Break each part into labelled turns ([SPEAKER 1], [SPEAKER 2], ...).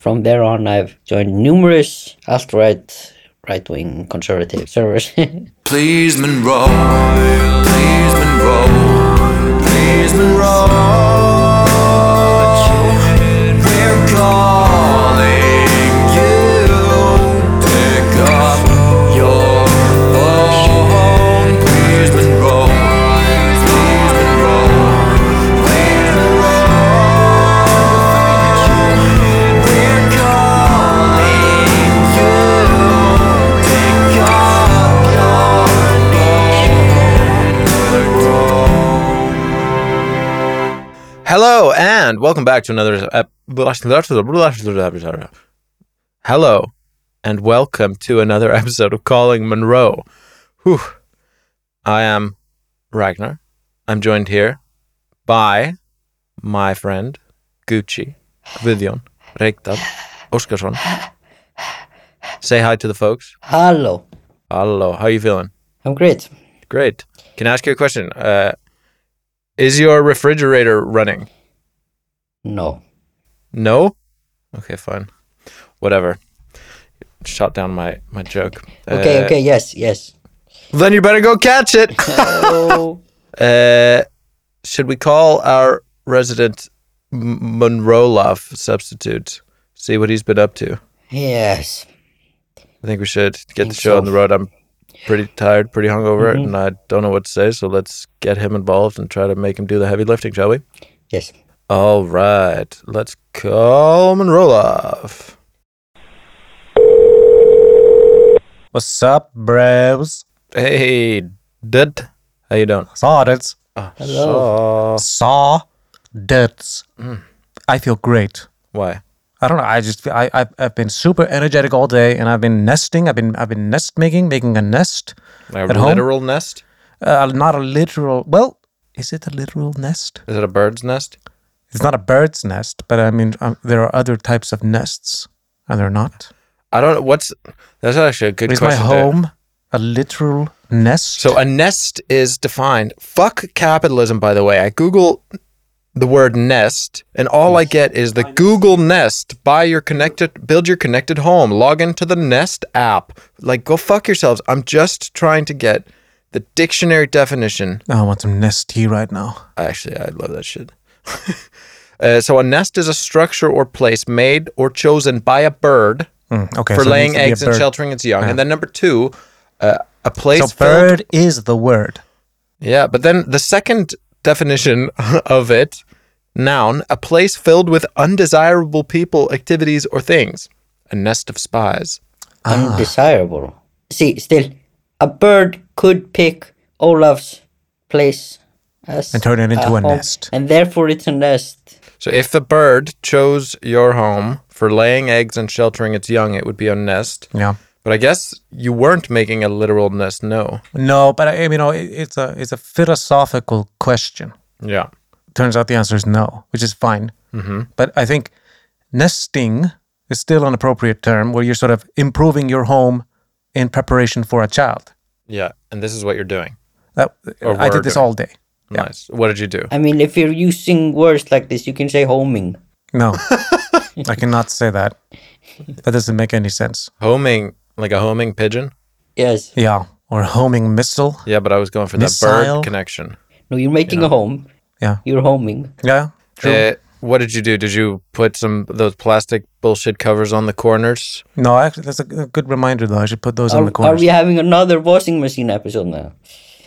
[SPEAKER 1] From there on, I've joined numerous alt right, right wing conservative servers.
[SPEAKER 2] Please Monroe, please Monroe, please Monroe. We're calling you. Pick up your phone, please Monroe, please Monroe, please Monroe. We're calling you. Pick up your
[SPEAKER 3] Hello and welcome back to another. ep- Hello and welcome to another episode of Calling Monroe. Whew. I am Ragnar. I'm joined here by my friend Gucci, Gvidion, Reykdal, Oskarsson. Say hi to the folks.
[SPEAKER 1] Hello.
[SPEAKER 3] Hello, how you feeling?
[SPEAKER 1] I'm great.
[SPEAKER 3] Great. Can I ask you a question? Uh, is your refrigerator running?
[SPEAKER 1] No.
[SPEAKER 3] No? Okay, fine. Whatever. Shot down my, my joke.
[SPEAKER 1] Okay,
[SPEAKER 3] Uh,
[SPEAKER 1] okay, yes, yes.
[SPEAKER 3] Then you better go catch it.
[SPEAKER 1] Oh,
[SPEAKER 3] uh, should we call our resident M- Monrolov substitute? See what he's been up to.
[SPEAKER 1] yes.
[SPEAKER 3] I think we should get
[SPEAKER 1] Think
[SPEAKER 3] the show on
[SPEAKER 1] so. Mm-hmm.
[SPEAKER 3] the road. I'm pretty tired, pretty hungover, and I don't know what to say. So let's get him involved and try to make him do the heavy lifting, shall we?
[SPEAKER 1] Yes.
[SPEAKER 3] All right. Let's call Monrolov.
[SPEAKER 4] What's up, bros?
[SPEAKER 3] Hey, dude. How you doing?
[SPEAKER 4] Sawdits.
[SPEAKER 3] Oh, Hello.
[SPEAKER 4] Sawdits.
[SPEAKER 3] Mm.
[SPEAKER 4] I feel great.
[SPEAKER 3] Why?
[SPEAKER 4] I don't know. I just feel- I I've, I've been super energetic all day, and I've been nesting. I've been I've been nest making, making a nest.
[SPEAKER 3] A
[SPEAKER 4] At home?
[SPEAKER 3] literal nest?
[SPEAKER 4] Uh, not a literal. Well, is it a literal nest?
[SPEAKER 3] Is it a bird's nest?
[SPEAKER 4] It's not a bird's nest, but I mean um, there are other types of nests, and they're not.
[SPEAKER 3] I don't know. What's that's actually a good
[SPEAKER 4] Is my
[SPEAKER 3] question. there.
[SPEAKER 4] home a literal nest?
[SPEAKER 3] So a nest is defined. Fuck capitalism, by the way. I Google the word nest, and all I get is the Google Nest. Buy your connected, build your connected home. Log into the Nest app. Like, go fuck yourselves. I'm just trying to get the dictionary definition
[SPEAKER 4] Oh, I want some nest tea right now.
[SPEAKER 3] Actually, I love that shit. uh, so a nest is a structure or place made or chosen by a bird
[SPEAKER 4] Mm, okay,
[SPEAKER 3] for
[SPEAKER 4] so it
[SPEAKER 3] laying
[SPEAKER 4] needs to be a
[SPEAKER 3] eggs and
[SPEAKER 4] bird. Uh-huh.
[SPEAKER 3] sheltering its young. And then number two, uh, a place
[SPEAKER 4] So
[SPEAKER 3] filled-
[SPEAKER 4] bird is the word.
[SPEAKER 3] Yeah, but then the second definition of it, noun, a place filled with undesirable people, activities, or things. A nest of spies.
[SPEAKER 4] Ah.
[SPEAKER 1] Undesirable. See, still, a bird could pick Olaf's place as
[SPEAKER 4] And turn it into a
[SPEAKER 1] home,
[SPEAKER 4] nest.
[SPEAKER 1] And therefore, it's a nest.
[SPEAKER 3] So if the bird chose your home for laying eggs and sheltering its young, it would be a nest.
[SPEAKER 4] Yeah.
[SPEAKER 3] But I guess you weren't making a literal nest, no.
[SPEAKER 4] No, but I, you know, it, it's a it's a philosophical question.
[SPEAKER 3] Yeah.
[SPEAKER 4] Turns out the answer is no, which is fine. But I think nesting is still an appropriate term where you're sort of improving your home in preparation for a child.
[SPEAKER 3] Yeah, and this is what you're doing.
[SPEAKER 4] That
[SPEAKER 3] Or
[SPEAKER 4] I did this
[SPEAKER 3] wording.
[SPEAKER 4] all day. Yeah.
[SPEAKER 3] Nice. What did you do?
[SPEAKER 1] I mean, if you're using words like this, you can say homing.
[SPEAKER 4] No, I cannot say that. That doesn't make any sense.
[SPEAKER 3] Homing, like a homing pigeon?
[SPEAKER 1] Yes.
[SPEAKER 4] Yeah, or homing missile.
[SPEAKER 3] Yeah, but I was going for that
[SPEAKER 4] Missile.
[SPEAKER 3] bird connection.
[SPEAKER 1] No, you're making a home.
[SPEAKER 4] Yeah,
[SPEAKER 1] You're homing.
[SPEAKER 4] yeah, true.
[SPEAKER 3] Uh, what did you do? Did you put some those plastic bullshit covers on the corners?
[SPEAKER 4] no, actually, that's a g- a good reminder though. I should put those on
[SPEAKER 1] Are,
[SPEAKER 4] the
[SPEAKER 1] are
[SPEAKER 4] corners.
[SPEAKER 1] we having another washing machine episode now?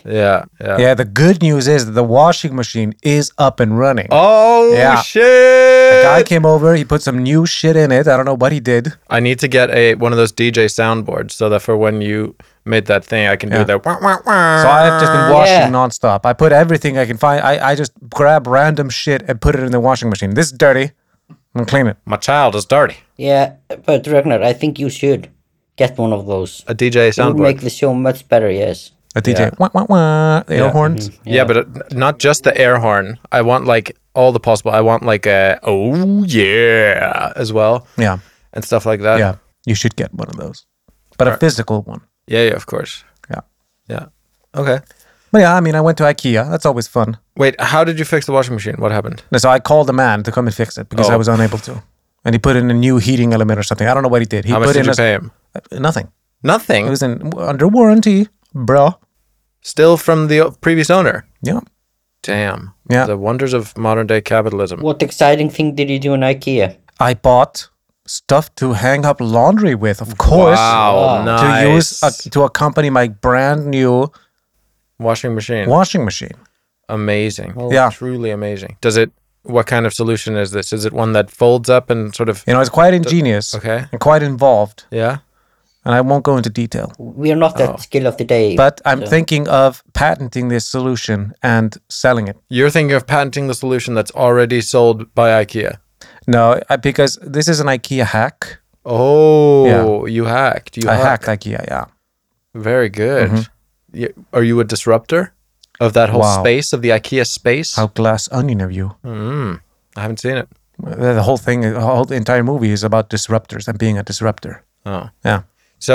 [SPEAKER 3] Yeah, yeah.
[SPEAKER 4] yeah, the good news is that the washing machine is up and running.
[SPEAKER 3] Oh
[SPEAKER 4] Yeah.
[SPEAKER 3] shit!
[SPEAKER 4] Guy came over. He put some new shit in it. I don't know what he did.
[SPEAKER 3] I need to get a one of those DJ soundboards so that for when you made that thing, I can do
[SPEAKER 4] Yeah.
[SPEAKER 3] that. Wah, wah,
[SPEAKER 4] So
[SPEAKER 3] wah.
[SPEAKER 4] I've just been washing
[SPEAKER 1] Yeah.
[SPEAKER 4] nonstop. I put everything I can find. I, I just grab random shit and put it in the washing machine. This is dirty. I'm clean it.
[SPEAKER 3] My child is dirty.
[SPEAKER 1] Yeah, but Ragnar, I think you should get one of those.
[SPEAKER 3] A DJ
[SPEAKER 1] It would
[SPEAKER 3] soundboard.
[SPEAKER 1] make the show much better, yes.
[SPEAKER 4] A DJ. Wah, wah, wah. The air horns.
[SPEAKER 3] Yeah, but uh, n- not just the air horn. I want like all the possible. I want like a oh yeah as well
[SPEAKER 4] Yeah.
[SPEAKER 3] and stuff like that.
[SPEAKER 4] Yeah. You should get one of those, but a physical one.
[SPEAKER 3] yeah, yeah, of course.
[SPEAKER 4] Yeah.
[SPEAKER 3] Yeah. Okay.
[SPEAKER 4] But yeah, I mean, I went to IKEA. That's always fun.
[SPEAKER 3] Wait, how did you fix the washing machine? What happened?
[SPEAKER 4] No, So I called a man to come and fix it because I
[SPEAKER 3] Oh.
[SPEAKER 4] was unable to. and he put in a new heating element or something. I don't know what he did. He
[SPEAKER 3] How
[SPEAKER 4] put
[SPEAKER 3] much did
[SPEAKER 4] in
[SPEAKER 3] you
[SPEAKER 4] a-
[SPEAKER 3] pay him?
[SPEAKER 4] nothing. It
[SPEAKER 3] Nothing.
[SPEAKER 4] was in, under warranty, bro.
[SPEAKER 3] Still from the o- previous owner.
[SPEAKER 4] Yeah.
[SPEAKER 3] Damn.
[SPEAKER 4] Yeah.
[SPEAKER 3] The wonders of modern day capitalism.
[SPEAKER 1] What exciting thing did you do in IKEA?
[SPEAKER 4] I bought stuff to hang up laundry with, of course.
[SPEAKER 3] Wow.
[SPEAKER 4] To
[SPEAKER 3] Nice.
[SPEAKER 4] use uh, to accompany my brand new
[SPEAKER 3] washing machine.
[SPEAKER 4] washing machine.
[SPEAKER 3] Amazing.
[SPEAKER 4] Yeah.
[SPEAKER 3] Truly amazing. Does it? What kind of solution is this? Is it one that folds up and sort of?
[SPEAKER 4] You know, it's quite ingenious
[SPEAKER 3] Okay.
[SPEAKER 4] and quite involved,
[SPEAKER 3] Yeah.
[SPEAKER 4] and I won't go into detail.
[SPEAKER 1] We are not that skill of the day.
[SPEAKER 4] Oh. But I'm thinking of patenting this solution and selling it.
[SPEAKER 3] You're thinking of patenting the solution that's already sold by IKEA.
[SPEAKER 4] No, I, because this is an IKEA hack.
[SPEAKER 3] Oh, you hacked. You
[SPEAKER 4] I
[SPEAKER 3] hacked.
[SPEAKER 4] hacked IKEA, yeah.
[SPEAKER 3] Very good. Y- Are you a disruptor of that whole
[SPEAKER 4] Wow.
[SPEAKER 3] space of the IKEA space? Hmm.
[SPEAKER 4] How glass onion of you.
[SPEAKER 3] I haven't seen it.
[SPEAKER 4] The the whole thing, the whole the entire movie is about disruptors and being a disruptor.
[SPEAKER 3] Oh.
[SPEAKER 4] Yeah.
[SPEAKER 3] So,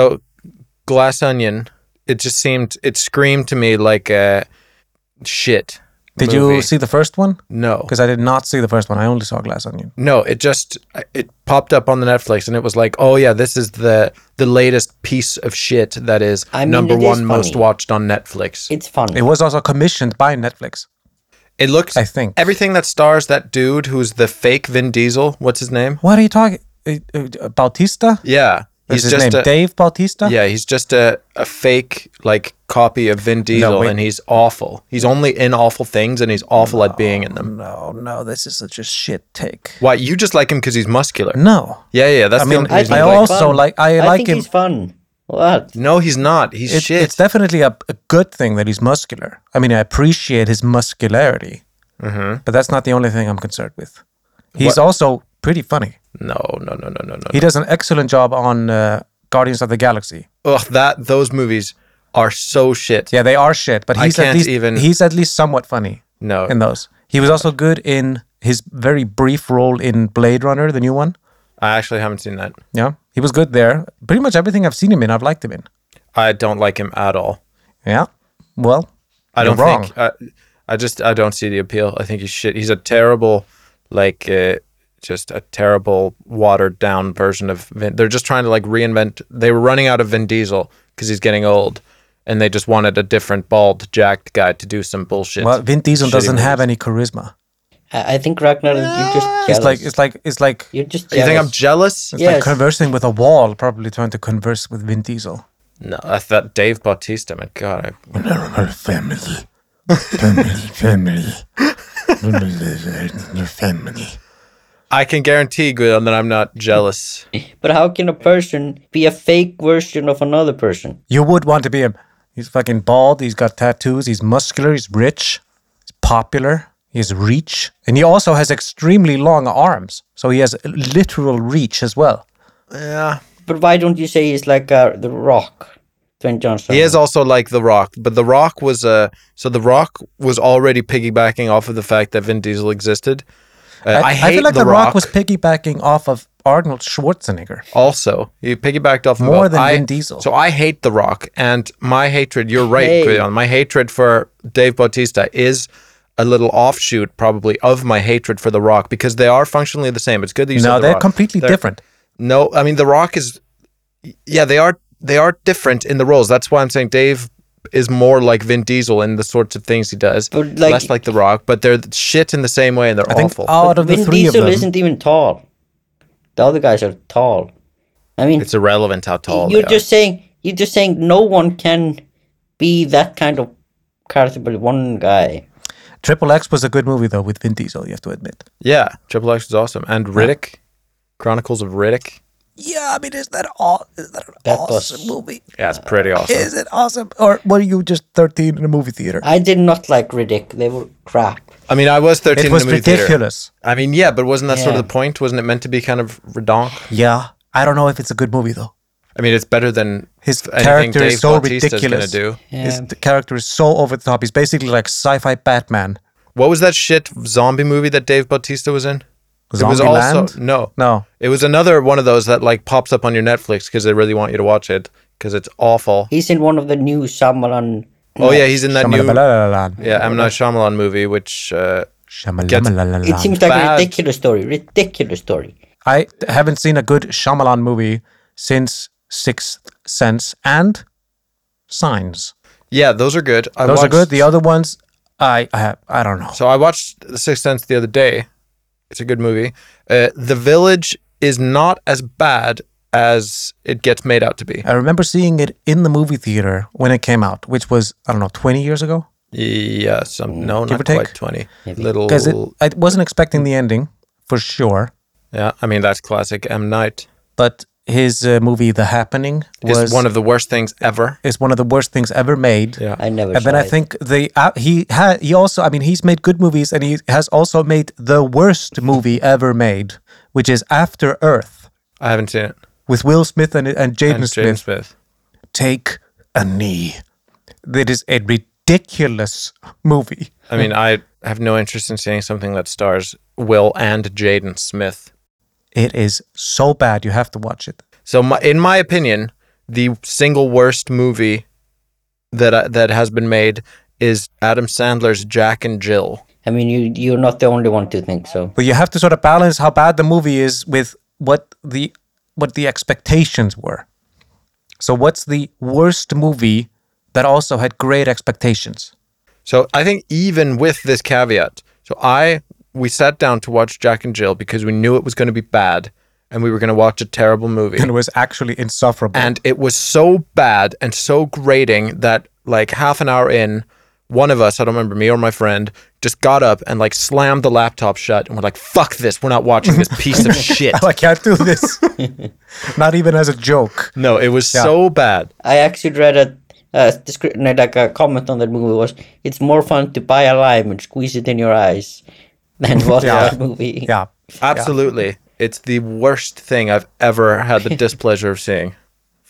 [SPEAKER 3] Glass Onion. It just seemed. It screamed to me like a shit.
[SPEAKER 4] Did
[SPEAKER 3] movie.
[SPEAKER 4] you see the first one?
[SPEAKER 3] No.
[SPEAKER 4] Because I did not see the first one. I only saw Glass Onion.
[SPEAKER 3] No, it just it popped up on the Netflix and it was like, oh yeah, this is the the latest piece of shit that is
[SPEAKER 1] I mean,
[SPEAKER 3] number
[SPEAKER 1] it is
[SPEAKER 3] one most
[SPEAKER 1] funny.
[SPEAKER 3] watched on Netflix. It,
[SPEAKER 1] it's fun.
[SPEAKER 4] It was also commissioned by Netflix.
[SPEAKER 3] looks
[SPEAKER 4] I think.
[SPEAKER 3] everything that stars that dude who's the fake Vin Diesel. What's his name?
[SPEAKER 4] What are you talking? Uh, uh, Bautista?
[SPEAKER 3] Yeah,
[SPEAKER 4] Is his name
[SPEAKER 3] a,
[SPEAKER 4] Dave Bautista?
[SPEAKER 3] yeah, he's just a a fake like copy of Vin Diesel
[SPEAKER 4] wait.
[SPEAKER 3] and he's awful. He's only in awful things and he's awful at being in them.
[SPEAKER 4] No, no, this is such a shit take.
[SPEAKER 3] Why you just like him because he's muscular?
[SPEAKER 4] No.
[SPEAKER 3] Yeah, yeah, that's
[SPEAKER 4] I
[SPEAKER 3] the
[SPEAKER 4] mean,
[SPEAKER 3] only
[SPEAKER 4] I
[SPEAKER 3] reason
[SPEAKER 1] think
[SPEAKER 3] you
[SPEAKER 1] he's
[SPEAKER 3] like-
[SPEAKER 4] also like- I like
[SPEAKER 1] think
[SPEAKER 4] him-
[SPEAKER 1] He's fun. What?
[SPEAKER 3] no, he's not. He's
[SPEAKER 4] It-
[SPEAKER 3] shit.
[SPEAKER 4] It's definitely a, a good thing that he's muscular. I mean, I appreciate his muscularity,
[SPEAKER 3] Mm-hmm.
[SPEAKER 4] but that's not the only thing I'm concerned with. He's also pretty funny.
[SPEAKER 3] no, no, no, no, no, no.
[SPEAKER 4] He does an excellent job on uh, Guardians of the Galaxy.
[SPEAKER 3] Ugh, that those movies are so shit.
[SPEAKER 4] Yeah, they are shit, but
[SPEAKER 3] I
[SPEAKER 4] he's at
[SPEAKER 3] can't
[SPEAKER 4] least
[SPEAKER 3] even-
[SPEAKER 4] he's at least somewhat funny
[SPEAKER 3] No.
[SPEAKER 4] in those. He was also good in his very brief role in Blade Runner, the new one.
[SPEAKER 3] I actually haven't seen that.
[SPEAKER 4] Yeah, he was good there. Pretty much everything I've seen him in, I've liked him in.
[SPEAKER 3] I don't like him at all.
[SPEAKER 4] Yeah. Well,
[SPEAKER 3] I
[SPEAKER 4] You're
[SPEAKER 3] don't think. I, I just I don't see the appeal. I think he's shit. He's a terrible, like, uh, just a terrible watered down version of. Vin. They're just trying to like reinvent. They were running out of Vin Diesel because he's getting old, and they just wanted a different bald jacked guy to do some bullshit.
[SPEAKER 4] well, Vin Diesel
[SPEAKER 3] shitty
[SPEAKER 4] doesn't have
[SPEAKER 3] movies.
[SPEAKER 4] any charisma.
[SPEAKER 1] I, I think Ragnar, you're just jealous.
[SPEAKER 4] It's like it's like it's like
[SPEAKER 1] you're just
[SPEAKER 3] You
[SPEAKER 1] jealous.
[SPEAKER 3] think I'm jealous?
[SPEAKER 4] It's like
[SPEAKER 1] Yes.
[SPEAKER 4] conversing with a wall, probably trying to converse with Vin Diesel.
[SPEAKER 3] No, I thought Dave Bautista. My God, I,
[SPEAKER 5] family. Family, family. Family, family.
[SPEAKER 3] I can guarantee, Guido, that I'm not jealous.
[SPEAKER 1] But how can a person be a fake version of another person?
[SPEAKER 4] You would want to be him. He's fucking bald. He's got tattoos. He's muscular. He's rich. He's popular. He has reach. And he also has extremely long arms. So he has literal reach as well.
[SPEAKER 3] yeah.
[SPEAKER 1] But why don't you say he's like uh, the Rock, Dwayne Johnson?
[SPEAKER 3] He is also like The Rock, but The Rock was uh, so The Rock was already piggybacking off of the fact that Vin Diesel existed. Uh, I, hate
[SPEAKER 4] feel like
[SPEAKER 3] The, Rock,
[SPEAKER 4] was piggybacking off of Arnold Schwarzenegger.
[SPEAKER 3] also. He piggybacked off of
[SPEAKER 4] More
[SPEAKER 3] both.
[SPEAKER 4] than
[SPEAKER 3] I-
[SPEAKER 4] Vin Diesel.
[SPEAKER 3] So I hate The Rock, and my hatred. You're right,
[SPEAKER 1] Hey.
[SPEAKER 3] Guion. My hatred for Dave Bautista is a little offshoot, probably, of my hatred for The Rock because they are functionally the same. It's good that you said
[SPEAKER 4] No,
[SPEAKER 3] The
[SPEAKER 4] they're
[SPEAKER 3] Rock.
[SPEAKER 4] completely
[SPEAKER 3] They're-
[SPEAKER 4] different.
[SPEAKER 3] No, I mean The Rock is yeah, they are they are different in the roles. That's why I'm saying Dave is more like Vin Diesel in the sorts of things he does,
[SPEAKER 1] But, like-
[SPEAKER 3] less like The Rock. But they're shit in the same way, and they're
[SPEAKER 4] I think
[SPEAKER 3] awful.
[SPEAKER 4] out of the
[SPEAKER 1] Vin
[SPEAKER 4] three
[SPEAKER 1] Diesel
[SPEAKER 4] of them,
[SPEAKER 1] isn't even tall. The other guys are tall. I mean,
[SPEAKER 3] it's irrelevant how tall
[SPEAKER 1] you're
[SPEAKER 3] they
[SPEAKER 1] just saying you're just saying no one can be that kind of character but one guy.
[SPEAKER 4] Triple X was a good movie though with Vin Diesel. You have to admit.
[SPEAKER 3] are. Yeah, Triple X is awesome, and Riddick, Chronicles of Riddick.
[SPEAKER 4] Yeah, I mean, is that all? Is that an
[SPEAKER 1] That was-
[SPEAKER 4] awesome movie?
[SPEAKER 3] Yeah, it's pretty
[SPEAKER 1] Uh,
[SPEAKER 3] awesome.
[SPEAKER 4] Is it awesome? Or were you just thirteen in a movie theater?
[SPEAKER 1] I did not like Riddick. They were crap.
[SPEAKER 3] I mean, I was 13
[SPEAKER 4] It was
[SPEAKER 3] in the movie theater.
[SPEAKER 4] ridiculous.
[SPEAKER 3] I mean, yeah, but wasn't that sort
[SPEAKER 1] Yeah.
[SPEAKER 3] of the point? Wasn't it meant to be kind of redonk?
[SPEAKER 4] Yeah, I don't know if it's a good movie though.
[SPEAKER 3] I mean, it's better than
[SPEAKER 4] His
[SPEAKER 3] anything
[SPEAKER 4] character
[SPEAKER 3] Dave
[SPEAKER 4] is so
[SPEAKER 3] Bautista's
[SPEAKER 4] ridiculous.
[SPEAKER 3] Gonna do.
[SPEAKER 4] His
[SPEAKER 1] Yeah.
[SPEAKER 4] t- character is so over the top. He's basically like sci-fi Batman.
[SPEAKER 3] What was that shit zombie movie that Dave Bautista was in?
[SPEAKER 4] Zombieland?
[SPEAKER 3] no,
[SPEAKER 4] No,
[SPEAKER 3] It was another one of those that like pops up on your Netflix because they really want you to watch it because it's awful.
[SPEAKER 1] He's in one of the new Shyamalan.
[SPEAKER 3] Oh yeah, he's in that new
[SPEAKER 4] Shamalabalalalan.
[SPEAKER 3] yeah M Night Shyamalan movie, which uh,
[SPEAKER 1] It
[SPEAKER 4] Shamalabalalalan.
[SPEAKER 1] seems like
[SPEAKER 3] Bad.
[SPEAKER 1] a ridiculous story. Ridiculous story.
[SPEAKER 4] I haven't seen a good Shyamalan movie since Sixth Sense and Signs.
[SPEAKER 3] Yeah, those are good. I
[SPEAKER 4] Those
[SPEAKER 3] watched,
[SPEAKER 4] are good. The other ones, I I, I don't know.
[SPEAKER 3] So I watched The Sixth Sense the other day. It's a good movie. Uh, the Village is not as bad as it gets made out to be.
[SPEAKER 4] I remember seeing it in the movie theater when it came out, which was I don't know, twenty years ago.
[SPEAKER 3] Yeah, some no,
[SPEAKER 4] Mm, Give or
[SPEAKER 3] not
[SPEAKER 4] take?
[SPEAKER 3] quite twenty. Little,
[SPEAKER 4] Because I wasn't expecting the ending for sure,
[SPEAKER 3] yeah. I mean, that's classic M Night.
[SPEAKER 4] but his uh, movie The Happening
[SPEAKER 3] Is
[SPEAKER 4] was
[SPEAKER 3] one of the worst things ever.
[SPEAKER 4] is one of the worst things ever made.
[SPEAKER 3] Yeah.
[SPEAKER 1] I never.
[SPEAKER 4] And then
[SPEAKER 1] saw
[SPEAKER 4] I
[SPEAKER 1] it.
[SPEAKER 4] think the uh, he had he also I mean he's made good movies and he has also made the worst movie ever made, which is After Earth
[SPEAKER 3] I haven't seen it.
[SPEAKER 4] with Will Smith and and Jaden
[SPEAKER 3] And
[SPEAKER 4] Smith.
[SPEAKER 3] James Smith.
[SPEAKER 4] Take a knee. That is a ridiculous movie.
[SPEAKER 3] I mean, I have no interest in seeing something that stars Will and Jaden Smith.
[SPEAKER 4] It is so bad you have to watch it.
[SPEAKER 3] So, my, in my opinion, the single worst movie that I, that has been made is Adam Sandler's Jack and Jill.
[SPEAKER 1] I mean, you you're not the only one to think so.
[SPEAKER 4] But you have to sort of balance how bad the movie is with what the what the expectations were. So what's the worst movie that also had great expectations?
[SPEAKER 3] So, I think even with this caveat, so I we sat down to watch Jack and Jill because we knew it was going to be bad and we were going to watch a terrible movie.
[SPEAKER 4] And it was actually insufferable.
[SPEAKER 3] and it was so bad and so grating that like half an hour in one of us i don't remember me or my friend just got up and like slammed the laptop shut and we're like fuck this we're not watching this piece of shit
[SPEAKER 4] I can't do this. Not even as a joke.
[SPEAKER 3] no it was so bad
[SPEAKER 1] I actually read a uh, descri- no, like a comment on that movie was it's more fun to buy a lime and squeeze it in your eyes than watch
[SPEAKER 4] Yeah.
[SPEAKER 1] that movie.
[SPEAKER 4] Yeah.
[SPEAKER 3] absolutely it's the worst thing i've ever had the displeasure of seeing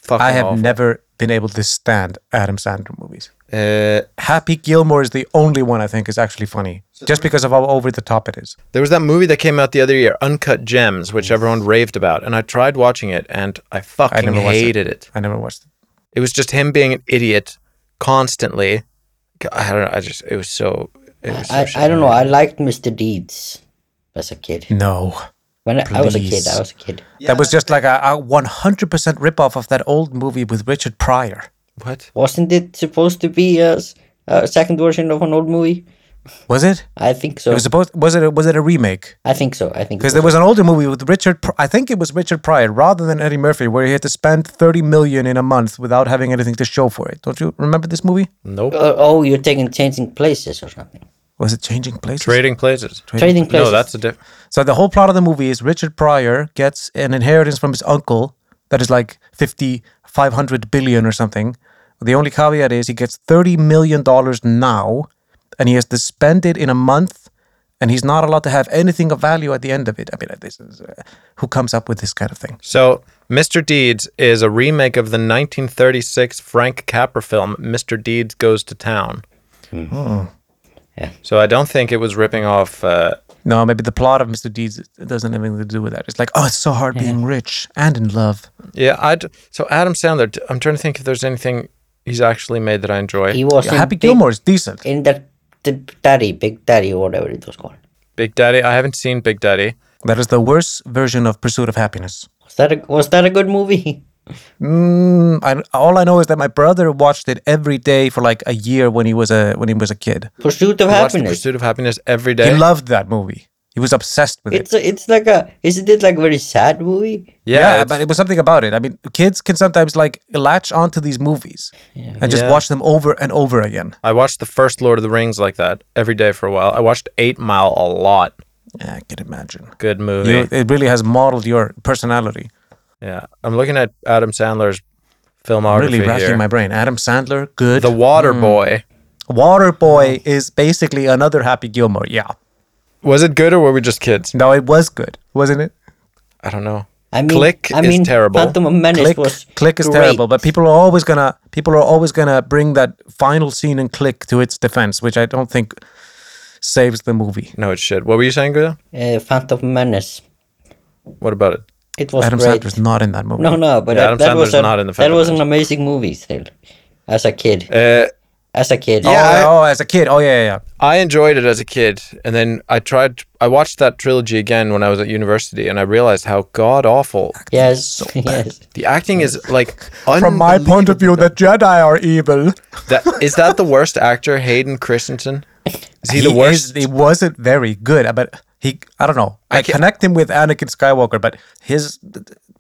[SPEAKER 3] Fucking
[SPEAKER 4] I have
[SPEAKER 3] awful.
[SPEAKER 4] never been able to stand Adam Sandler movies.
[SPEAKER 3] uh,
[SPEAKER 4] Happy Gilmore is the only one I think is actually funny, just because of how over the top it is.
[SPEAKER 3] There was that movie that came out the other year, Uncut Gems, which everyone raved about, and I tried watching it, and I fucking
[SPEAKER 4] never watched it.
[SPEAKER 3] hated it.
[SPEAKER 4] I never watched it.
[SPEAKER 3] it was just him being an idiot constantly. I don't know. I just it was so. It was so
[SPEAKER 1] I, I
[SPEAKER 3] shit.
[SPEAKER 1] don't know. I liked Mr. Deeds as a kid.
[SPEAKER 4] No.
[SPEAKER 1] When I, I was a kid,
[SPEAKER 4] Please.
[SPEAKER 1] I was a kid.
[SPEAKER 4] that was just like a, a 100% ripoff of that old movie with Richard Pryor.
[SPEAKER 3] What?
[SPEAKER 1] Wasn't it supposed to be a, s- a second version of an old movie?
[SPEAKER 4] Was it?
[SPEAKER 1] I think
[SPEAKER 4] It
[SPEAKER 1] so.
[SPEAKER 4] was supposed was it a, was it a remake?
[SPEAKER 1] I think so. I think
[SPEAKER 4] Because there was an older movie with Richard Pr- I think it was Richard Pryor rather than Eddie Murphy where he had to spend 30 million in a month without having anything to show for it. Don't you remember this movie?
[SPEAKER 3] Nope.
[SPEAKER 1] Uh, oh, you're taking changing places or something.
[SPEAKER 4] Was it Changing Places?
[SPEAKER 3] Trading places.
[SPEAKER 1] Trading places.
[SPEAKER 3] No, that's a diff.
[SPEAKER 4] So the whole plot of the movie is Richard Pryor gets an inheritance from his uncle that is like 50, 500 billion or something. The only caveat is he gets $30 million now and he has to spend it in a month and he's not allowed to have anything of value at the end of it. I mean, this is, uh, who comes up with this kind of thing?
[SPEAKER 3] So, Mr. Deeds is a remake of the 1936 Frank Capra film Mr. Deeds Goes to Town.
[SPEAKER 1] Yeah.
[SPEAKER 3] So I don't think it was ripping off. Uh,
[SPEAKER 4] No, maybe the plot of Mr. Deeds doesn't have anything to do with that. It's like, oh, it's so hard being rich and in love.
[SPEAKER 3] yeah, I'd, so Adam Sandler. d- I'm trying to think if there's anything he's actually made that I enjoy.
[SPEAKER 1] He was in
[SPEAKER 4] Happy
[SPEAKER 1] Big-
[SPEAKER 4] Gilmore is decent.
[SPEAKER 1] in that the Daddy, Big Daddy, or whatever it was called.
[SPEAKER 3] Big Daddy. I haven't seen Big Daddy.
[SPEAKER 4] That is the worst version of Pursuit of Happiness.
[SPEAKER 1] Was that a, was that a good movie?
[SPEAKER 4] Mm, I, all I know is that my brother watched it every day for like a year when he was a when he was a kid.
[SPEAKER 1] Pursuit of
[SPEAKER 3] Watch the
[SPEAKER 1] Happiness.
[SPEAKER 3] Pursuit of Happiness every
[SPEAKER 4] He
[SPEAKER 3] day.
[SPEAKER 4] loved that movie. He was obsessed with it.
[SPEAKER 1] It's a, it's like a isn't it like a very sad movie?
[SPEAKER 3] yeah, it's-
[SPEAKER 4] but it was something about it. I mean, kids can sometimes like latch onto these movies and just
[SPEAKER 3] Yeah.
[SPEAKER 4] watch them over and over again.
[SPEAKER 3] I watched the first Lord of the Rings like that every day for a while. I watched Eight Mile a lot.
[SPEAKER 4] Yeah, I can imagine.
[SPEAKER 3] Good movie.
[SPEAKER 4] You, it really has modeled your personality.
[SPEAKER 3] yeah, I'm looking at Adam Sandler's filmography
[SPEAKER 4] Really
[SPEAKER 3] here.
[SPEAKER 4] racking my Hmm. brain. Adam Sandler, good.
[SPEAKER 3] the Water Boy.
[SPEAKER 4] Water Boy is basically another Happy Gilmore. Yeah.
[SPEAKER 3] Was it good or were we just kids?
[SPEAKER 4] No, it was good, wasn't it?
[SPEAKER 3] I don't know.
[SPEAKER 1] I mean,
[SPEAKER 3] Click
[SPEAKER 1] I
[SPEAKER 3] is
[SPEAKER 1] mean,
[SPEAKER 3] terrible.
[SPEAKER 1] Phantom of Menace
[SPEAKER 4] click
[SPEAKER 1] was
[SPEAKER 4] click is
[SPEAKER 1] great.
[SPEAKER 4] terrible but people are always gonna people are always gonna bring that final scene in click to its defense which i don't think saves the movie
[SPEAKER 3] No, it should. What were you saying, Guido?
[SPEAKER 1] Uh, Phantom of Menace.
[SPEAKER 3] What about it?
[SPEAKER 1] It was
[SPEAKER 4] adam
[SPEAKER 1] great.
[SPEAKER 4] sandler's not in that movie
[SPEAKER 1] No, no, but
[SPEAKER 3] Yeah,
[SPEAKER 1] that-
[SPEAKER 3] Adam
[SPEAKER 1] that was
[SPEAKER 3] Sandler's
[SPEAKER 1] a,
[SPEAKER 3] not in the
[SPEAKER 1] that
[SPEAKER 3] Phantom
[SPEAKER 1] was an
[SPEAKER 3] Menace.
[SPEAKER 1] amazing movie still. As a kid,
[SPEAKER 3] Uh,
[SPEAKER 1] as a kid.
[SPEAKER 3] Yeah. I-
[SPEAKER 4] oh, oh, as a kid. Oh, yeah, yeah, yeah.
[SPEAKER 3] I enjoyed it as a kid, and then I tried. I watched that trilogy again when I was at university, and I realized how god awful
[SPEAKER 1] Yes. yes.
[SPEAKER 3] the acting is. Like,
[SPEAKER 4] From my point of view, the Jedi are evil.
[SPEAKER 3] that, is that the worst actor, Hayden Christensen? Is he, the
[SPEAKER 4] is-
[SPEAKER 3] worst?
[SPEAKER 4] he wasn't very good, but he. I don't know. I,
[SPEAKER 3] can't-
[SPEAKER 4] connect him with Anakin Skywalker, but his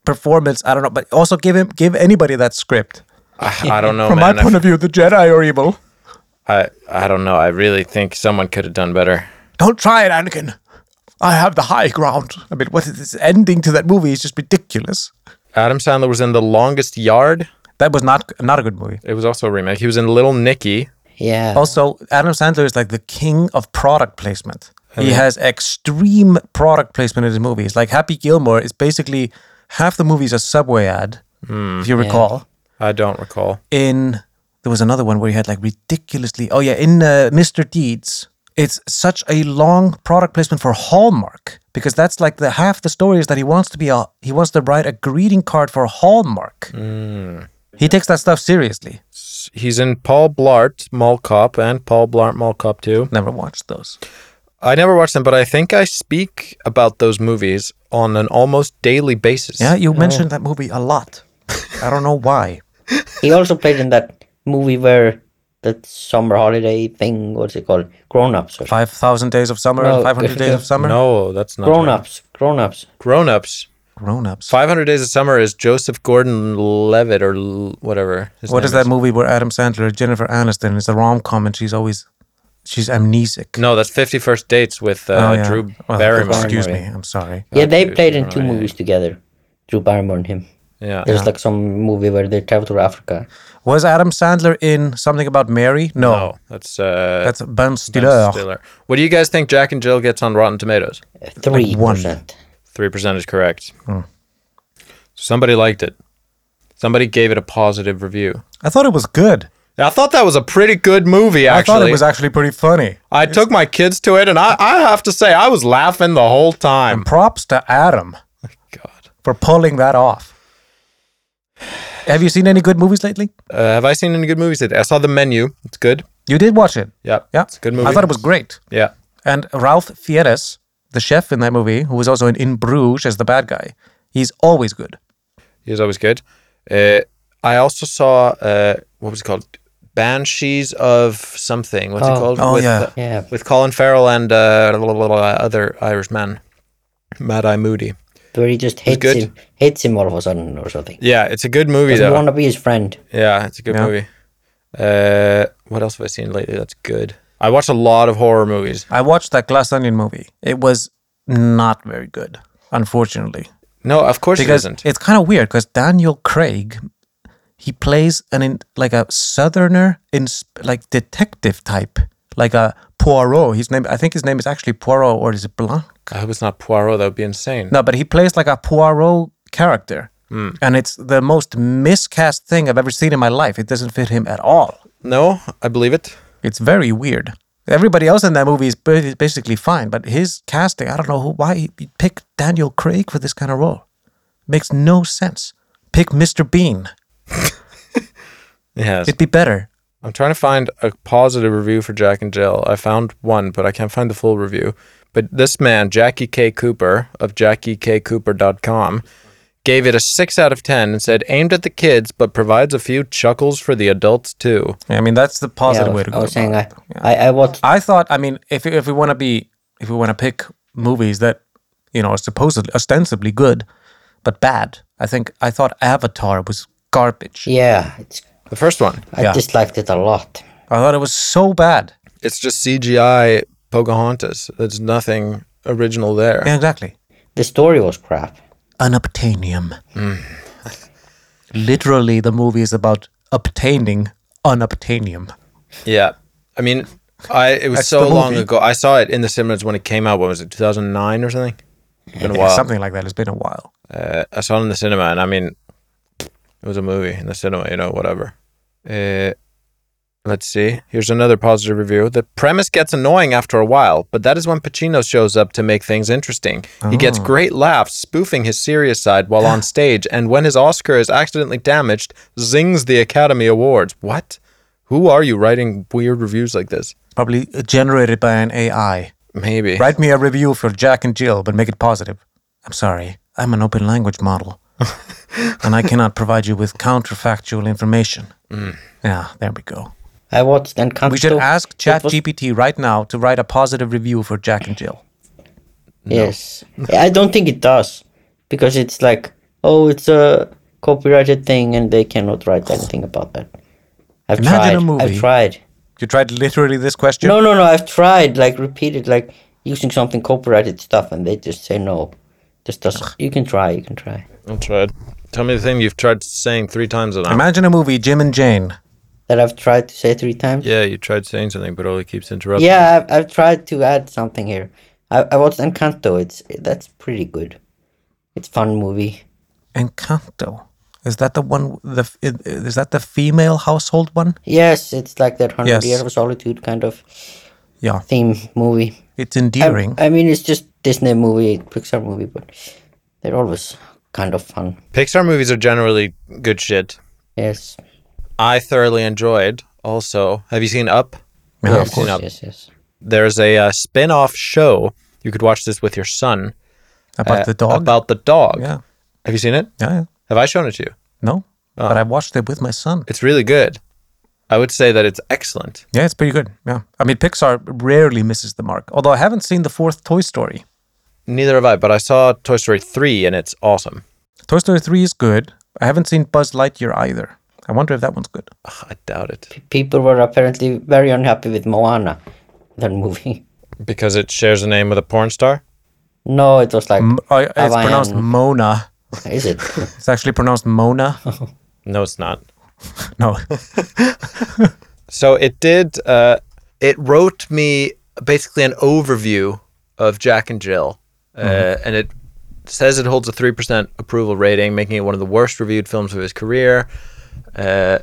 [SPEAKER 4] performance. I don't know. But also give him, give anybody that script.
[SPEAKER 3] I, I don't know,
[SPEAKER 4] From
[SPEAKER 3] man.
[SPEAKER 4] my point of view, the Jedi are evil.
[SPEAKER 3] I, I don't know. I really think someone could have done better.
[SPEAKER 4] Don't try it, Anakin. I have the high ground. I mean, what is this ending to that movie is just ridiculous.
[SPEAKER 3] Adam Sandler was in The Longest Yard.
[SPEAKER 4] That was not not a good movie.
[SPEAKER 3] It was also a remake. He was in Little Nicky.
[SPEAKER 1] Yeah.
[SPEAKER 4] Also, Adam Sandler is like the king of product placement. He has extreme product placement in his movies. Like Happy Gilmore is basically half the movie is a Subway ad, if you recall.
[SPEAKER 3] I don't recall.
[SPEAKER 4] in there was another one where he had like ridiculously oh yeah in uh, Mr. Deeds it's such a long product placement for Hallmark because that's like the half the story is that he wants to be a he wants to write a greeting card for Hallmark he takes that stuff seriously
[SPEAKER 3] He's in Paul Blart Mall Cop and Paul Blart Mall Cop 2.
[SPEAKER 4] never watched those
[SPEAKER 3] I never watched them, but I think I speak about those movies on an almost daily basis.
[SPEAKER 4] yeah you mentioned that movie a lot I don't know why
[SPEAKER 1] He also played in that movie where that summer holiday thing. What's it called? Grown ups.
[SPEAKER 4] five thousand days of summer
[SPEAKER 1] No,
[SPEAKER 4] five hundred days of summer
[SPEAKER 3] No, that's not
[SPEAKER 1] Grown ups. Grown ups.
[SPEAKER 3] Grown ups.
[SPEAKER 4] grown ups
[SPEAKER 3] Five Hundred Days of Summer is Joseph Gordon-Levitt or L- whatever. His
[SPEAKER 4] what
[SPEAKER 3] name
[SPEAKER 4] is that movie where Adam Sandler Jennifer Aniston is a rom com and she's always she's amnesic
[SPEAKER 3] No, that's Fifty First Dates with uh,
[SPEAKER 4] Oh, yeah.
[SPEAKER 3] Drew
[SPEAKER 4] Well,
[SPEAKER 3] Barrymore.
[SPEAKER 4] Excuse me, I'm sorry.
[SPEAKER 1] Yeah, they played in two movies together. Drew Barrymore and him.
[SPEAKER 3] Yeah.
[SPEAKER 1] There's like some movie where they travel to Africa.
[SPEAKER 4] Was Adam Sandler in something about Mary? No,
[SPEAKER 3] No, that's uh,
[SPEAKER 4] that's Ben
[SPEAKER 3] Ben
[SPEAKER 4] Stiller.
[SPEAKER 3] Stiller. What do you guys think Jack and Jill gets on Rotten Tomatoes?
[SPEAKER 1] Three
[SPEAKER 4] one.
[SPEAKER 1] percent.
[SPEAKER 3] Three percent is correct. Somebody liked it. Somebody gave it a positive review.
[SPEAKER 4] I thought it was good.
[SPEAKER 3] I thought that was a pretty good movie. Actually,
[SPEAKER 4] I thought it was actually pretty funny.
[SPEAKER 3] I took my kids to it, and I, I have to say, I was laughing the whole time.
[SPEAKER 4] Props to Adam
[SPEAKER 3] Oh God.
[SPEAKER 4] for pulling that off. Have you seen any good movies lately?
[SPEAKER 3] Uh, have I seen any good movies today? I saw The Menu. It's good.
[SPEAKER 4] You did watch it.
[SPEAKER 3] Yeah.
[SPEAKER 4] Yeah,
[SPEAKER 3] It's a good movie.
[SPEAKER 4] I thought it was great.
[SPEAKER 3] Yeah.
[SPEAKER 4] And Ralph Fiennes, the chef in that movie, who was also in In Bruges as the bad guy, he's always good.
[SPEAKER 3] He was always good. Uh, I also saw, uh, what was it called? Banshees of something. What's it
[SPEAKER 1] Oh.
[SPEAKER 3] called?
[SPEAKER 4] Oh,
[SPEAKER 3] with,
[SPEAKER 4] yeah.
[SPEAKER 3] uh,
[SPEAKER 1] Yeah.
[SPEAKER 3] with Colin Farrell and uh, blah, blah, blah, blah, other Irish man, Mad Eye Moody.
[SPEAKER 1] Where he just hates
[SPEAKER 3] good.
[SPEAKER 1] him hates him all of a sudden or something.
[SPEAKER 3] Yeah, it's a good movie,
[SPEAKER 1] Doesn't
[SPEAKER 3] though.
[SPEAKER 1] want to be his friend.
[SPEAKER 3] Yeah, it's a good
[SPEAKER 4] Yeah.
[SPEAKER 3] movie. Uh, what else have I seen lately that's good? I watched a lot of horror movies.
[SPEAKER 4] I watched that Glass Onion movie. It was not very good, unfortunately.
[SPEAKER 3] No, of course it
[SPEAKER 4] because
[SPEAKER 3] isn't.
[SPEAKER 4] it's kind of weird because Daniel Craig, he plays an in, like a southerner in like detective type, like a Poirot. His name, I think his name is actually Poirot or is it Blanc?
[SPEAKER 3] I hope it's not Poirot. That would be insane.
[SPEAKER 4] No, but he plays like a Poirot character, and it's the most miscast thing I've ever seen in my life. It doesn't fit him at all.
[SPEAKER 3] No, I believe it.
[SPEAKER 4] It's very weird. Everybody else in that movie is ba- basically fine, but his casting, I don't know who, why he he picked Daniel Craig for this kind of role. Makes no sense. Pick Mr. Bean.
[SPEAKER 3] Yes.
[SPEAKER 4] It'd be better.
[SPEAKER 3] I'm trying to find a positive review for Jack and Jill. I found one, but I can't find the full review. But this man, Jackie K. Cooper of jackiekcooper.com, gave it a 6 out of 10 and said, aimed at the kids, but provides a few chuckles for the adults too.
[SPEAKER 4] I mean, that's the
[SPEAKER 1] Yeah,
[SPEAKER 4] positive
[SPEAKER 1] I
[SPEAKER 4] way
[SPEAKER 1] was,
[SPEAKER 4] to
[SPEAKER 1] I
[SPEAKER 4] go.
[SPEAKER 1] was
[SPEAKER 4] about
[SPEAKER 1] saying
[SPEAKER 4] it.
[SPEAKER 1] I, I I watched
[SPEAKER 4] I thought, I mean, if if we want to be, if we want to pick movies that, you know, are supposedly ostensibly good, but bad, I think I thought Avatar was garbage.
[SPEAKER 1] yeah, it's
[SPEAKER 3] The first one,
[SPEAKER 1] I
[SPEAKER 4] Yeah.
[SPEAKER 1] disliked it a lot.
[SPEAKER 4] I thought it was so bad.
[SPEAKER 3] it's just CGI Pocahontas. There's nothing original there.
[SPEAKER 4] Yeah, exactly.
[SPEAKER 1] The story was crap.
[SPEAKER 4] unobtainium. Literally, the movie is about obtaining unobtainium.
[SPEAKER 3] Yeah. I mean, I it was
[SPEAKER 4] That's
[SPEAKER 3] so
[SPEAKER 4] the
[SPEAKER 3] long
[SPEAKER 4] movie.
[SPEAKER 3] ago. I saw it in the cinemas when it came out. What was it, 2009 or something? Been a while.
[SPEAKER 4] Something like that. It's been a while.
[SPEAKER 3] uh, I saw it in the cinema, and I mean, it was a movie in the cinema, you know, whatever. Uh, let's see. Here's another positive review. The premise gets annoying after a while, but that is when Pacino shows up to make things interesting. He gets great laughs, spoofing his serious side while on stage, and when his Oscar is accidentally damaged, zings the Academy Awards. What? Who are you writing weird reviews like this?
[SPEAKER 4] Probably generated by an AI.
[SPEAKER 3] Maybe.
[SPEAKER 4] Write me a review for Jack and Jill, but make it positive. I'm sorry, I'm an open language model, and I cannot provide you with counterfactual information.
[SPEAKER 1] Mm.
[SPEAKER 4] Yeah, there we go.
[SPEAKER 1] I watched and
[SPEAKER 4] We should ask
[SPEAKER 1] Chat Was,
[SPEAKER 4] ChatGPT right now to write a positive review for Jack and Jill.
[SPEAKER 1] Yes, I don't think it does because it's like oh, it's a copyrighted thing and they cannot write anything about that. I've
[SPEAKER 4] Imagine
[SPEAKER 1] tried.
[SPEAKER 4] a movie.
[SPEAKER 1] I've tried.
[SPEAKER 4] You tried literally this question?
[SPEAKER 1] No, no, no. I've tried like repeated like using something copyrighted stuff and they just say no. Just doesn't. You can try. You can try.
[SPEAKER 3] I tried. Tell me the thing you've tried saying three times an hour.
[SPEAKER 4] Imagine a movie, Jim and Jane.
[SPEAKER 1] That I've tried to say three times.
[SPEAKER 3] yeah, you tried saying something, but Oli keeps interrupting.
[SPEAKER 1] Yeah, I've, I've tried to add something here. I, I watched Encanto. It's that's pretty good. It's fun movie.
[SPEAKER 4] Encanto. Is that the one? The f- i- is that the female household one?
[SPEAKER 1] Yes, it's like that hundred
[SPEAKER 4] Yes.
[SPEAKER 1] years of solitude kind of
[SPEAKER 4] Yeah,
[SPEAKER 1] theme movie.
[SPEAKER 4] it's
[SPEAKER 1] I-
[SPEAKER 4] endearing.
[SPEAKER 1] I, mean, it's just Disney movie, Pixar movie, but they're always kind of fun.
[SPEAKER 3] Pixar movies are generally good shit.
[SPEAKER 1] Yes,
[SPEAKER 3] I thoroughly enjoyed. Also, have you seen Up?
[SPEAKER 4] Yeah,
[SPEAKER 1] yes,
[SPEAKER 4] of course.
[SPEAKER 1] yes, yes, yes.
[SPEAKER 3] There's a uh, spin-off show. You could watch this with your son.
[SPEAKER 4] About
[SPEAKER 3] uh,
[SPEAKER 4] the dog.
[SPEAKER 3] About the dog.
[SPEAKER 4] yeah,
[SPEAKER 3] Have you seen it?
[SPEAKER 4] yeah, yeah.
[SPEAKER 3] Have I shown it to you?
[SPEAKER 4] No,
[SPEAKER 1] Uh.
[SPEAKER 4] but I watched it with my son.
[SPEAKER 3] It's really good. I would say that it's excellent.
[SPEAKER 4] Yeah, it's pretty good. Yeah, I mean Pixar rarely misses the mark. Although I haven't seen the fourth Toy Story.
[SPEAKER 3] Neither have I, but I saw Toy Story 3 and it's awesome.
[SPEAKER 4] Toy Story three is good. I haven't seen Buzz Lightyear either. I wonder if that one's good.
[SPEAKER 3] Ugh, I doubt it.
[SPEAKER 1] People were apparently very unhappy with Moana, that movie.
[SPEAKER 3] Because it shares a name with a porn star?
[SPEAKER 1] No, it was like,
[SPEAKER 4] M- Um, I- it's
[SPEAKER 1] Hawaiian.
[SPEAKER 4] pronounced Mona.
[SPEAKER 1] is it?
[SPEAKER 4] It's actually pronounced Mona.
[SPEAKER 3] No, it's not.
[SPEAKER 4] no,
[SPEAKER 3] So it did, uh, it wrote me basically an overview of Jack and Jill. Uh, And it says it holds a 3% approval rating, making it one of the worst reviewed films of his career. Uh,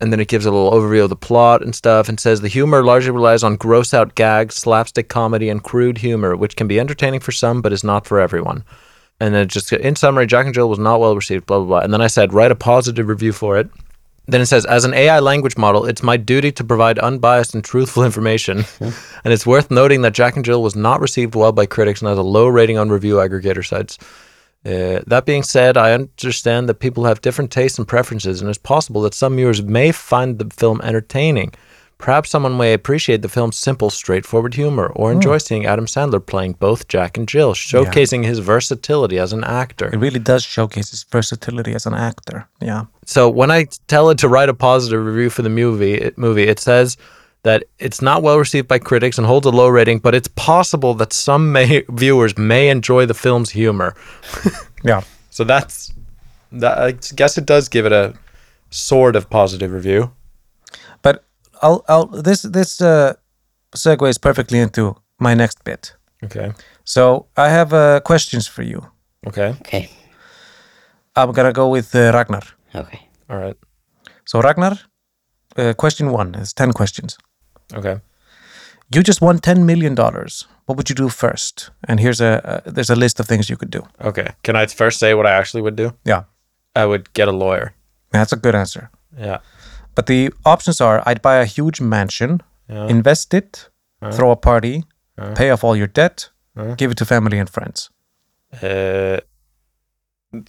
[SPEAKER 3] and then it gives a little overview of the plot and stuff and says the humor largely relies on gross out gags, slapstick comedy, and crude humor, which can be entertaining for some but is not for everyone. And then it just in summary, Jack and Jill was not well received, blah, blah, blah. And then I said, write a positive review for it. Then it says, as an AI language model, it's my duty to provide unbiased and truthful information. and it's worth noting that Jack and Jill was not received well by critics and has a low rating on review aggregator sites. Uh, that being said, I understand that people have different tastes and preferences, and it's possible that some viewers may find the film entertaining. Perhaps someone may appreciate the film's simple, straightforward humor, or enjoy seeing Adam Sandler playing both Jack and Jill, showcasing his versatility as an actor.
[SPEAKER 4] it really does showcase his versatility as an actor. Yeah.
[SPEAKER 3] So when I tell it to write a positive review for the movie, it, movie, it says that it's not well received by critics and holds a low rating, but it's possible that some may, viewers may enjoy the film's humor.
[SPEAKER 4] Yeah.
[SPEAKER 3] So that's that. I guess it does give it a sort of positive review.
[SPEAKER 4] But I'll, I'll this this uh, segues perfectly into my next bit.
[SPEAKER 3] Okay.
[SPEAKER 4] So I have uh, questions for you.
[SPEAKER 3] Okay.
[SPEAKER 1] Okay,
[SPEAKER 4] I'm gonna go with uh, Ragnar.
[SPEAKER 1] okay.
[SPEAKER 3] All right.
[SPEAKER 4] So Ragnar, uh, question one is ten questions.
[SPEAKER 3] Okay.
[SPEAKER 4] You just won ten million dollars. What would you do first? And here's a uh, there's a list of things you could do.
[SPEAKER 3] Okay. Can I first say what I actually would do?
[SPEAKER 4] Yeah,
[SPEAKER 3] I would get a lawyer.
[SPEAKER 4] that's a good answer.
[SPEAKER 3] Yeah.
[SPEAKER 4] But the options are: I'd buy a huge mansion, invest it, throw a party, pay off all your debt, give it to family and friends.
[SPEAKER 3] Uh,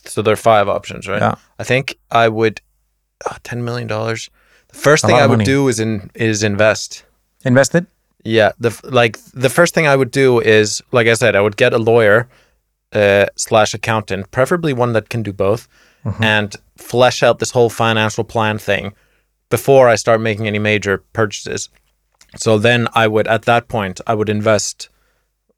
[SPEAKER 3] so there are five options, right?
[SPEAKER 4] Yeah.
[SPEAKER 3] I think I would ah, ten million dollars. The first
[SPEAKER 4] A
[SPEAKER 3] thing
[SPEAKER 4] lot
[SPEAKER 3] I
[SPEAKER 4] of
[SPEAKER 3] would
[SPEAKER 4] money.
[SPEAKER 3] do is in is invest.
[SPEAKER 4] Invest it.
[SPEAKER 3] Yeah. The f- like the first thing I would do is like I said, I would get a lawyer uh, slash accountant, preferably one that can do both,
[SPEAKER 4] Mm-hmm.
[SPEAKER 3] and flesh out this whole financial plan thing before I start making any major purchases. So then I would at that point I would invest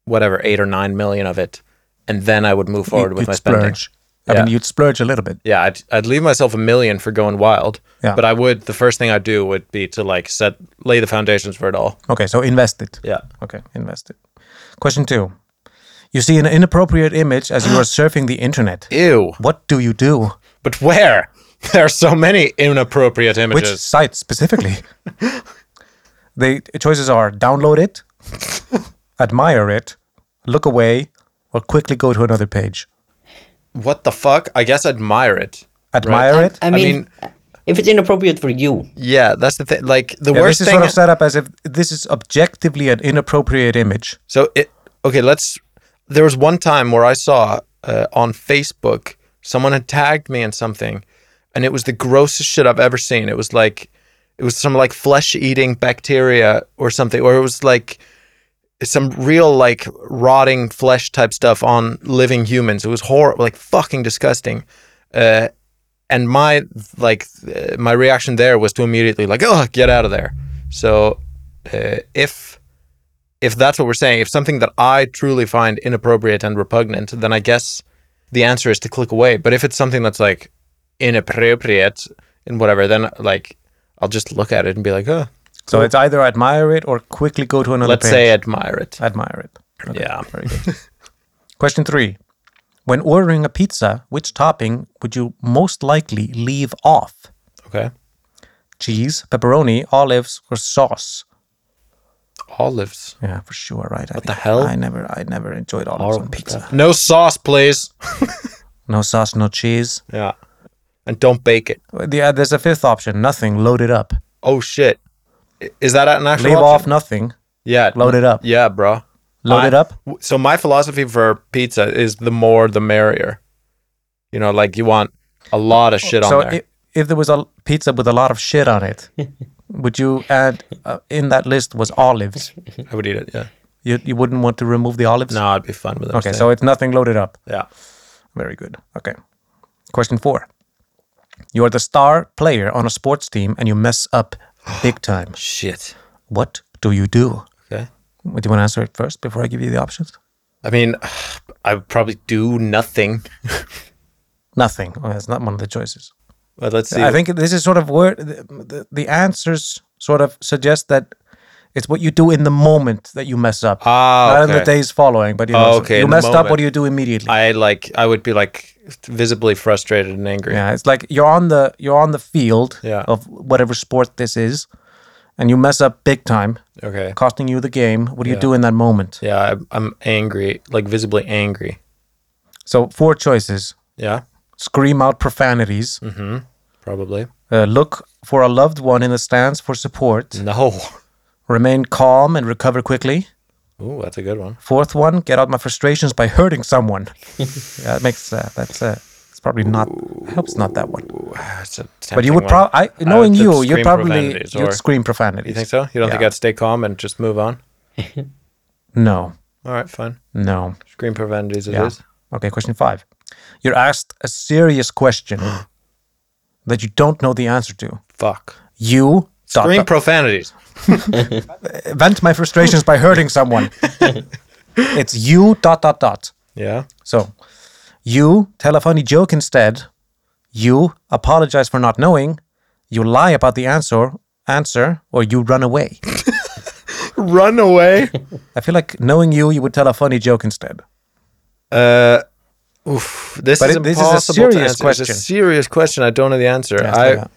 [SPEAKER 3] whatever eight or nine million of it, and then I would move forward
[SPEAKER 4] You'd-
[SPEAKER 3] with
[SPEAKER 4] you'd
[SPEAKER 3] my spending.
[SPEAKER 4] splurge. I
[SPEAKER 3] Yeah.
[SPEAKER 4] mean, you'd splurge a little bit.
[SPEAKER 3] yeah, I'd, I'd leave myself a million for going wild.
[SPEAKER 4] Yeah.
[SPEAKER 3] But I would, the first thing I'd do would be to like set, lay the foundations for it all.
[SPEAKER 4] Okay, so invest it.
[SPEAKER 3] Yeah.
[SPEAKER 4] Okay, invest it. Question two. You see an inappropriate image as you are surfing the internet.
[SPEAKER 3] Ew.
[SPEAKER 4] What do you do?
[SPEAKER 3] But where? There are so many inappropriate
[SPEAKER 4] Which
[SPEAKER 3] images.
[SPEAKER 4] site specifically? the choices are download it, admire it, look away, or quickly go to another page.
[SPEAKER 3] what the fuck? I guess admire it.
[SPEAKER 4] Admire it.
[SPEAKER 1] I mean,
[SPEAKER 3] mean-
[SPEAKER 1] if it's inappropriate for you.
[SPEAKER 3] Yeah, that's the thing. Like the
[SPEAKER 4] Yeah,
[SPEAKER 3] worst
[SPEAKER 4] this is
[SPEAKER 3] thing.
[SPEAKER 4] sort of set up as if this is objectively an inappropriate image.
[SPEAKER 3] So it okay. Let's. There was one time where I saw uh, on Facebook someone had tagged me in something, and it was the grossest shit I've ever seen. It was like, it was some like flesh eating bacteria or something, or it was like some real like rotting flesh type stuff on living humans. It was horrible, like fucking disgusting. Uh, and my like uh, my reaction there was to immediately like, oh, get out of there. So uh, if if that's what we're saying, if something that I truly find inappropriate and repugnant, then I guess the answer is to click away. But if it's something that's like inappropriate and whatever, then like I'll just look at it and be like, oh,
[SPEAKER 4] So it's either admire it or quickly go to another
[SPEAKER 3] let's
[SPEAKER 4] page.
[SPEAKER 3] say admire it.
[SPEAKER 4] admire it. Okay,
[SPEAKER 3] Yeah.
[SPEAKER 4] Very good. Question three. When ordering a pizza, which topping would you most likely leave off?
[SPEAKER 3] Okay.
[SPEAKER 4] Cheese, pepperoni, olives, or sauce?
[SPEAKER 3] Olives.
[SPEAKER 4] Yeah, for sure, right? What
[SPEAKER 3] the hell?
[SPEAKER 4] I never, I never enjoyed olives on pizza.
[SPEAKER 3] No sauce, please.
[SPEAKER 4] No sauce, no cheese.
[SPEAKER 3] Yeah. And don't bake it.
[SPEAKER 4] Well, Yeah, there's a fifth option. Nothing. Load it up.
[SPEAKER 3] Oh shit. I- Is that an actual
[SPEAKER 4] Leave
[SPEAKER 3] option?
[SPEAKER 4] off nothing.
[SPEAKER 3] Yeah.
[SPEAKER 4] Load it up.
[SPEAKER 3] Yeah, bro.
[SPEAKER 4] Load
[SPEAKER 3] I-
[SPEAKER 4] it up.
[SPEAKER 3] w- So my philosophy for pizza is the more the merrier. You know, like you want a lot of shit on
[SPEAKER 4] Oh, so
[SPEAKER 3] there.
[SPEAKER 4] i- if there was a l- pizza with a lot of shit on it, would you add uh, in that list was olives?
[SPEAKER 3] I would eat it. Yeah.
[SPEAKER 4] You you wouldn't want to remove the olives?
[SPEAKER 3] No, I'd be fun with it.
[SPEAKER 4] Okay, so it's nothing loaded up.
[SPEAKER 3] yeah.
[SPEAKER 4] Very good. Okay. Question four. You are the star player on a sports team and you mess up big time.
[SPEAKER 3] Shit.
[SPEAKER 4] What do you do?
[SPEAKER 3] Okay.
[SPEAKER 4] Do you want to answer it first before I give you the options?
[SPEAKER 3] I mean, I would probably do nothing.
[SPEAKER 4] Nothing. Oh, that's not one of the choices.
[SPEAKER 3] But let's see.
[SPEAKER 4] I think this is sort of where the, the, the answers sort of suggest that it's what you do in the moment that you mess up.
[SPEAKER 3] Ah,
[SPEAKER 4] Not in the
[SPEAKER 3] okay.
[SPEAKER 4] days following, but you, know,
[SPEAKER 3] Oh,
[SPEAKER 4] so
[SPEAKER 3] okay,
[SPEAKER 4] you
[SPEAKER 3] in the
[SPEAKER 4] messed up, what
[SPEAKER 3] moment.
[SPEAKER 4] do you do immediately?
[SPEAKER 3] I like. I would be like visibly frustrated and angry.
[SPEAKER 4] Yeah, it's like you're on the you're on the field
[SPEAKER 3] Yeah.
[SPEAKER 4] of whatever sport this is, and you mess up big time,
[SPEAKER 3] Okay.
[SPEAKER 4] costing you the game. What do you
[SPEAKER 3] Yeah.
[SPEAKER 4] do in that moment?
[SPEAKER 3] Yeah, I'm, I'm angry, like visibly angry.
[SPEAKER 4] So four choices:
[SPEAKER 3] Yeah,
[SPEAKER 4] scream out profanities,
[SPEAKER 3] Mm-hmm. probably.
[SPEAKER 4] uh, look for a loved one in the stands for support,
[SPEAKER 3] No.
[SPEAKER 4] remain calm and recover quickly.
[SPEAKER 3] Ooh, that's a good one.
[SPEAKER 4] Fourth one: get out my frustrations by hurting someone. yeah, that makes uh, that's uh, it's probably not helps not that one.
[SPEAKER 3] That's a
[SPEAKER 4] But you
[SPEAKER 3] tempting
[SPEAKER 4] would
[SPEAKER 3] one.
[SPEAKER 4] probably,
[SPEAKER 3] I
[SPEAKER 4] knowing
[SPEAKER 3] would
[SPEAKER 4] you,
[SPEAKER 3] scream
[SPEAKER 4] you'd probably
[SPEAKER 3] profanities, or-
[SPEAKER 4] you'd scream profanities.
[SPEAKER 3] You think so? You don't think
[SPEAKER 4] Yeah.
[SPEAKER 3] I'd stay calm and just move on?
[SPEAKER 4] No,
[SPEAKER 3] All right, fine.
[SPEAKER 4] no.
[SPEAKER 3] Screen profanities it is.
[SPEAKER 4] Yeah. Okay, question five. You're asked a serious question that you don't know the answer to.
[SPEAKER 3] Fuck.
[SPEAKER 4] You dot,
[SPEAKER 3] Screen
[SPEAKER 4] dot,
[SPEAKER 3] profanities.
[SPEAKER 4] vent my frustrations by hurting someone. it's you dot dot dot.
[SPEAKER 3] Yeah.
[SPEAKER 4] So you tell a funny joke instead. You apologize for not knowing. You lie about the answer answer or you run away.
[SPEAKER 3] Run away.
[SPEAKER 4] I feel like knowing you, you would tell a funny joke instead.
[SPEAKER 3] Uh, oof, this
[SPEAKER 4] But
[SPEAKER 3] is
[SPEAKER 4] it- this is a
[SPEAKER 3] impossible
[SPEAKER 4] serious
[SPEAKER 3] to answer. It's a
[SPEAKER 4] question.
[SPEAKER 3] serious question. I don't know the answer.
[SPEAKER 4] Yeah,
[SPEAKER 3] I,
[SPEAKER 4] yeah.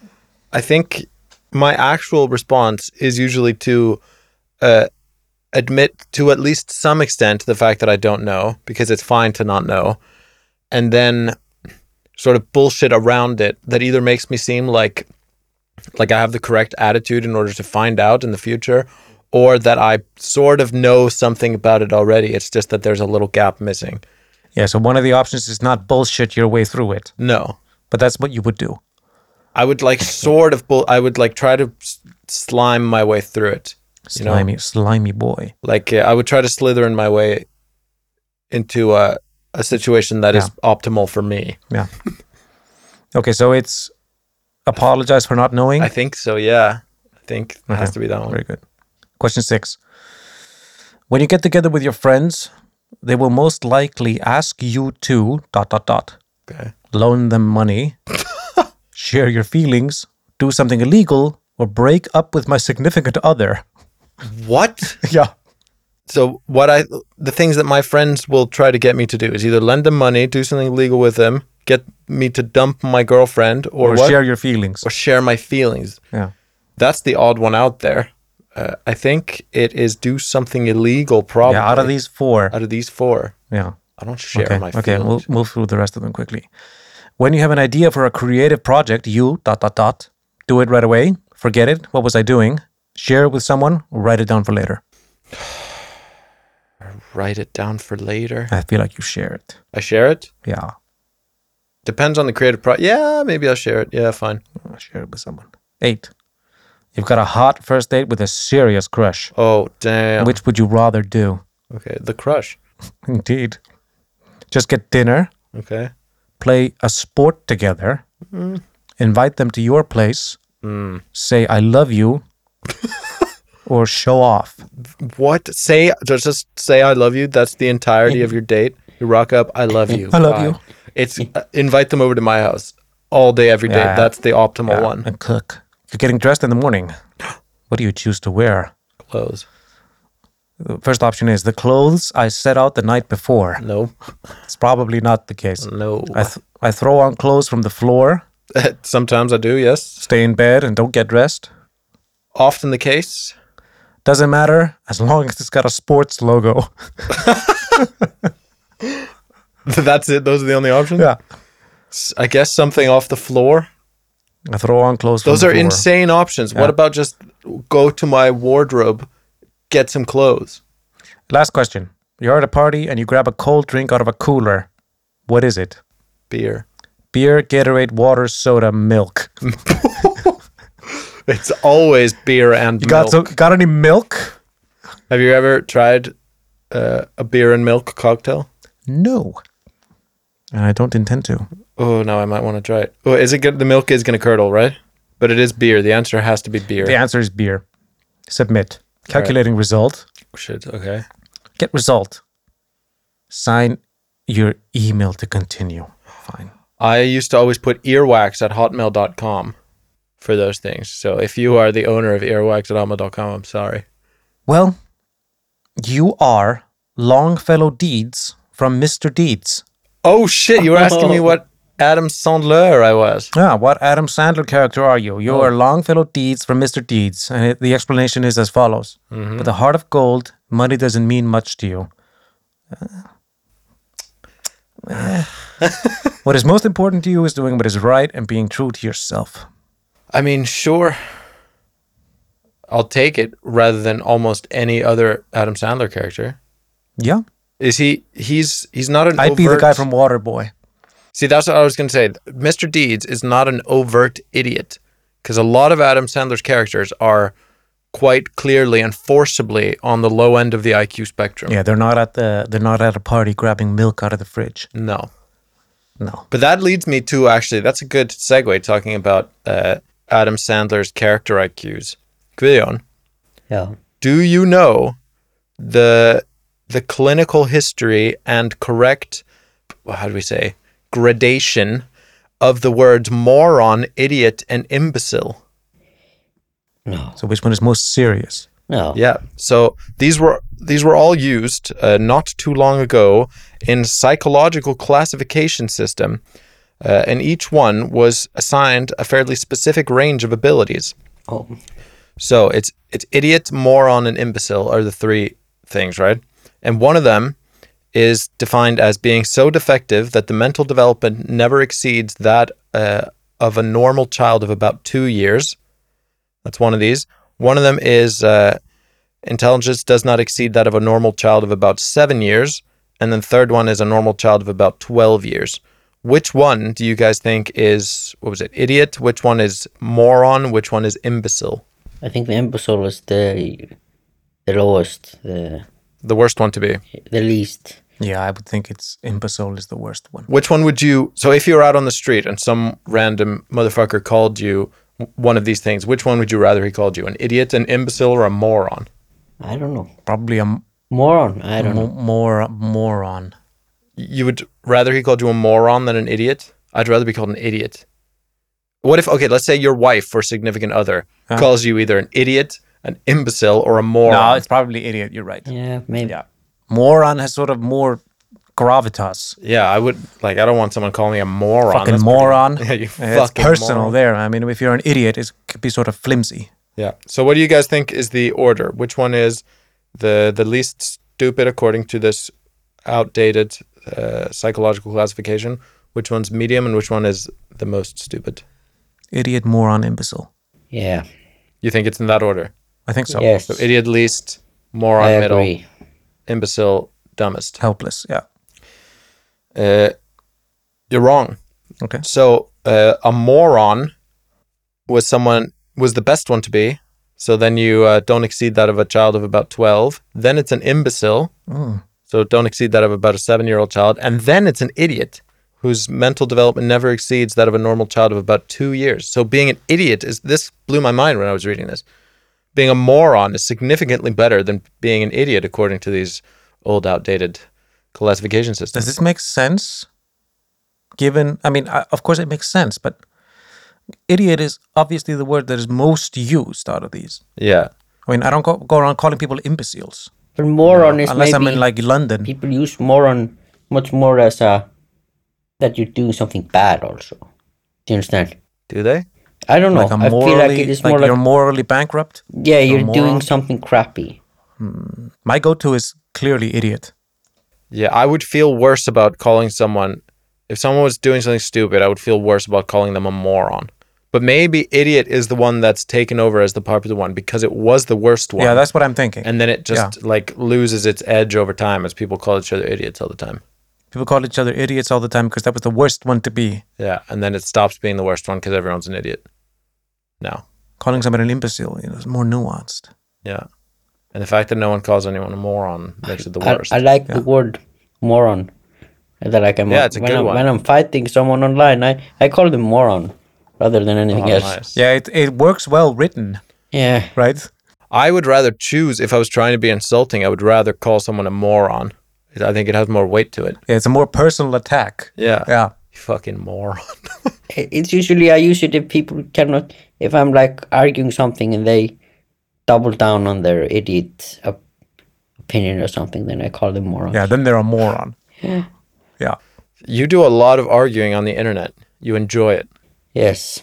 [SPEAKER 3] I think my actual response is usually to uh, admit to at least some extent the fact that I don't know because it's fine to not know, and then sort of bullshit around it that either makes me seem like like I have the correct attitude in order to find out in the future or that I sort of know something about it already it's just that there's a little gap missing
[SPEAKER 4] Yeah, so one of the options is not bullshit your way through it,
[SPEAKER 3] no
[SPEAKER 4] but that's what you would do.
[SPEAKER 3] I would like sort of bull. I would like try to s- slime my way through it. You know,
[SPEAKER 4] Slimy, slimy boy.
[SPEAKER 3] like uh, I would try to slither in my way into a a situation that is optimal for me.
[SPEAKER 4] Yeah. Okay, so it's apologize for not knowing.
[SPEAKER 3] I think so. Yeah, I think it has
[SPEAKER 4] Okay.
[SPEAKER 3] to be that
[SPEAKER 4] Very
[SPEAKER 3] one.
[SPEAKER 4] good. Question six. When you get together with your friends, they will most likely ask you to dot dot dot
[SPEAKER 3] Okay.
[SPEAKER 4] loan them money, share your feelings, do something illegal, or break up with my significant other.
[SPEAKER 3] What?
[SPEAKER 4] yeah.
[SPEAKER 3] so what I the things that my friends will try to get me to do is either lend them money, do something illegal with them, get me to dump my girlfriend, or,
[SPEAKER 4] Or
[SPEAKER 3] what?
[SPEAKER 4] share your feelings.
[SPEAKER 3] or share my feelings.
[SPEAKER 4] yeah.
[SPEAKER 3] That's the odd one out there. Uh, I think it is do something illegal. Probably
[SPEAKER 4] Yeah, out of these four.
[SPEAKER 3] out of these four,
[SPEAKER 4] Yeah.
[SPEAKER 3] I don't share
[SPEAKER 4] okay.
[SPEAKER 3] my
[SPEAKER 4] okay, we'll
[SPEAKER 3] feelings.
[SPEAKER 4] move through the rest of them quickly. When you have an idea for a creative project, you dot dot dot do it right away, forget it, what was I doing, share it with someone, write it down for later.
[SPEAKER 3] Write it down for later.
[SPEAKER 4] I feel like you share it.
[SPEAKER 3] I share it.
[SPEAKER 4] Yeah,
[SPEAKER 3] Depends on the creative pro. Yeah, maybe I'll share it. Yeah, fine.
[SPEAKER 4] share it with someone. Eight. You've got a hot first date with a serious crush.
[SPEAKER 3] Oh damn.
[SPEAKER 4] Which would you rather do?
[SPEAKER 3] okay, the crush.
[SPEAKER 4] Indeed. Just get dinner,
[SPEAKER 3] Okay.
[SPEAKER 4] play a sport together,
[SPEAKER 3] Mm.
[SPEAKER 4] invite them to your place, say, I love you, or show off.
[SPEAKER 3] What? Say just just say I love you. That's the entirety of your date. You rock up. I love you.
[SPEAKER 4] I love you.
[SPEAKER 3] It's uh, invite them over to my house all day every day.
[SPEAKER 4] Yeah.
[SPEAKER 3] That's the optimal
[SPEAKER 4] Yeah,
[SPEAKER 3] one.
[SPEAKER 4] And cook. You're getting dressed in the morning. What do you choose to wear?
[SPEAKER 3] Close.
[SPEAKER 4] The First option is the clothes I set out the night before.
[SPEAKER 3] No.
[SPEAKER 4] It's probably not the case.
[SPEAKER 3] No.
[SPEAKER 4] I, th- I throw on clothes from the floor,
[SPEAKER 3] Sometimes I do. Yes.
[SPEAKER 4] stay in bed, and don't get dressed.
[SPEAKER 3] Often the case.
[SPEAKER 4] Doesn't matter as long as it's got a sports logo.
[SPEAKER 3] That's it. Those are the only options.
[SPEAKER 4] yeah.
[SPEAKER 3] S- I guess something off the floor.
[SPEAKER 4] I throw on clothes.
[SPEAKER 3] Those
[SPEAKER 4] from
[SPEAKER 3] are
[SPEAKER 4] the floor.
[SPEAKER 3] insane options. What about just go to my wardrobe, get some clothes?
[SPEAKER 4] Last question. You're at a party and you grab a cold drink out of a cooler. What is it?
[SPEAKER 3] Beer.
[SPEAKER 4] Beer, Gatorade, water, soda, milk. You
[SPEAKER 3] It's always beer and
[SPEAKER 4] got
[SPEAKER 3] milk.
[SPEAKER 4] so, got any milk?
[SPEAKER 3] Have you ever tried uh, a beer and milk cocktail?
[SPEAKER 4] No. And I don't intend to.
[SPEAKER 3] Oh no, I might want to try it. Oh, is it good? The milk is gonna curdle, right? But it is beer. The answer has to be beer.
[SPEAKER 4] The answer is beer. Submit. Calculating result.
[SPEAKER 3] Oh, Shit. Okay.
[SPEAKER 4] Get result. Sign your email to continue. Fine.
[SPEAKER 3] I used to always put earwax at hotmail.com for those things. So if you are the owner of earwax at hotmail.com, I'm sorry.
[SPEAKER 4] Well, you are Longfellow Deeds from Mr. Deeds.
[SPEAKER 3] Oh shit! You were asking me what Adam Sandler I was.
[SPEAKER 4] Ah, what Adam Sandler character are you?
[SPEAKER 1] Oh.
[SPEAKER 4] You are Longfellow Deeds from Mr. Deeds. And it, the explanation is as follows.
[SPEAKER 1] Mm-hmm.
[SPEAKER 4] With a heart of gold, money doesn't mean much to you. Uh, eh. what is most important to you is doing what is right and being true to yourself.
[SPEAKER 3] I mean, sure. I'll take it rather than almost any other Adam Sandler character.
[SPEAKER 4] Yeah.
[SPEAKER 3] Is he? He's he's not an.
[SPEAKER 4] I'd be the guy
[SPEAKER 3] overt-
[SPEAKER 4] from Waterboy.
[SPEAKER 3] See, that's what I was going to say. Mr. Deeds is not an overt idiot because a lot of Adam Sandler's characters are quite clearly and forcibly on the low end of the IQ spectrum.
[SPEAKER 4] Yeah, they're not at the they're not at a party grabbing milk out of the fridge.
[SPEAKER 3] No.
[SPEAKER 4] No.
[SPEAKER 3] But that leads me to actually, that's a good segue talking about uh, Adam Sandler's character IQs. Gvion,
[SPEAKER 1] Yeah.
[SPEAKER 3] do you know the the clinical history and correct well, how do we say gradation of the words moron, idiot, and imbecile?
[SPEAKER 1] No.
[SPEAKER 4] So which one is most serious?
[SPEAKER 1] No.
[SPEAKER 3] Yeah. So these were these were all used uh, not too long ago in psychological classification system, uh, and each one was assigned a fairly specific range of abilities.
[SPEAKER 1] Oh.
[SPEAKER 3] So it's it's idiot, moron, and imbecile are the three things, right? And one of them is defined as being so defective that the mental development never exceeds that uh, of a normal child of about two years. That's one of these. One of them is uh, intelligence does not exceed that of a normal child of about seven years. And then third one is a normal child of about 12 years. Which one do you guys think is, what was it, idiot? Which one is moron? Which one is imbecile?
[SPEAKER 1] I think the imbecile is the the lowest, the
[SPEAKER 3] The worst one to be.
[SPEAKER 1] the least.
[SPEAKER 4] Yeah, I would think it's imbecile is the worst one.
[SPEAKER 3] Which one would you, so if you were out on the street and some random motherfucker called you w- one of these things, which one would you rather he called you? An idiot, an imbecile, or a moron?
[SPEAKER 1] I don't know.
[SPEAKER 4] Probably a m-
[SPEAKER 1] Moron. I don't know.
[SPEAKER 4] mo- more moron.
[SPEAKER 3] you would rather he called you a moron than an idiot? I'd rather be called an idiot. What if, okay, let's say your wife or significant other calls you either an idiot, an imbecile, or a
[SPEAKER 4] No,
[SPEAKER 3] moron?
[SPEAKER 4] it's probably idiot. You're right.
[SPEAKER 1] Yeah, maybe.
[SPEAKER 4] Yeah. Moron has sort of more gravitas.
[SPEAKER 3] yeah, I would, like, I don't want someone calling me a moron.
[SPEAKER 4] Fucking
[SPEAKER 3] That's pretty-
[SPEAKER 4] moron.
[SPEAKER 3] yeah, you
[SPEAKER 4] it's
[SPEAKER 3] fucking
[SPEAKER 4] personal
[SPEAKER 3] moron.
[SPEAKER 4] there. I mean, if you're an idiot, it could be sort of flimsy.
[SPEAKER 3] Yeah. So what do you guys think is the order? Which one is the the least stupid according to this outdated uh, psychological classification? Which one's medium and which one is the most stupid?
[SPEAKER 4] Idiot, moron, imbecile.
[SPEAKER 1] Yeah.
[SPEAKER 3] You think it's in that order?
[SPEAKER 4] I think so.
[SPEAKER 1] Yes.
[SPEAKER 3] So idiot least, moron
[SPEAKER 1] I
[SPEAKER 3] middle,
[SPEAKER 1] agree.
[SPEAKER 3] imbecile dumbest.
[SPEAKER 4] Helpless. Yeah.
[SPEAKER 3] Uh, you're wrong.
[SPEAKER 4] Okay.
[SPEAKER 3] So uh, a moron was someone was the best one to be. So then you uh, don't exceed that of a child of about twelve. Then it's an imbecile.
[SPEAKER 4] Hmm.
[SPEAKER 3] So don't exceed that of about a seven-year-old child, and then it's an idiot whose mental development never exceeds that of a normal child of about two years. So being an idiot is this blew my mind when I was reading this. Being a moron is significantly better than being an idiot according to these old, outdated classification systems.
[SPEAKER 4] Does this make sense? Given, I mean, I, of course it makes sense, but idiot is obviously the word that is most used out of these.
[SPEAKER 3] Yeah.
[SPEAKER 4] I mean, I don't go, go around calling people imbeciles
[SPEAKER 1] But moron is
[SPEAKER 4] unless
[SPEAKER 1] maybe
[SPEAKER 4] I'm in like London.
[SPEAKER 1] people use moron much more as a that you're doing something bad. Also, do you understand?
[SPEAKER 3] Do they?
[SPEAKER 1] I don't know.
[SPEAKER 4] like a
[SPEAKER 1] I
[SPEAKER 4] morally,
[SPEAKER 1] feel like it is more
[SPEAKER 4] like
[SPEAKER 1] like
[SPEAKER 4] you're morally bankrupt.
[SPEAKER 1] yeah, you're doing
[SPEAKER 4] moron.
[SPEAKER 1] something crappy.
[SPEAKER 4] My go-to is clearly idiot.
[SPEAKER 3] Yeah, I would feel worse about calling someone if someone was doing something stupid, I would feel worse about calling them a moron. But maybe idiot is the one that's taken over as the popular one because it was the worst one.
[SPEAKER 4] Yeah, that's what I'm thinking.
[SPEAKER 3] and then it just like loses its edge over time as people call each other idiots all the time.
[SPEAKER 4] people call each other idiots all the time because that was the worst one to be.
[SPEAKER 3] Yeah, and then it stops being the worst one because everyone's an idiot. No,
[SPEAKER 4] Calling someone an imbecile you know, is more nuanced.
[SPEAKER 3] yeah, and the fact that no one calls anyone a moron makes it the
[SPEAKER 1] I,
[SPEAKER 3] worst.
[SPEAKER 1] I like the word moron. That like I'm
[SPEAKER 3] Yeah, it's a
[SPEAKER 1] when
[SPEAKER 3] good
[SPEAKER 1] I'm,
[SPEAKER 3] one.
[SPEAKER 1] when I'm fighting someone online, I I call them moron rather than anything
[SPEAKER 3] Oh,
[SPEAKER 1] else.
[SPEAKER 3] nice.
[SPEAKER 4] Yeah, it, it works well written,
[SPEAKER 1] Yeah,
[SPEAKER 4] right?
[SPEAKER 3] I would rather choose if I was trying to be insulting. I would rather call someone a moron. I think it has more weight to it.
[SPEAKER 4] Yeah, it's a more personal attack.
[SPEAKER 3] Yeah.
[SPEAKER 4] Yeah.
[SPEAKER 3] You fucking moron.
[SPEAKER 1] I- it's usually I use it if people cannot if I'm like arguing something and they double down on their idiot op- opinion or something, then I call them moron.
[SPEAKER 4] Yeah, then they're a moron.
[SPEAKER 1] Yeah.
[SPEAKER 4] Yeah.
[SPEAKER 3] You do a lot of arguing on the internet. You enjoy it.
[SPEAKER 1] Yes.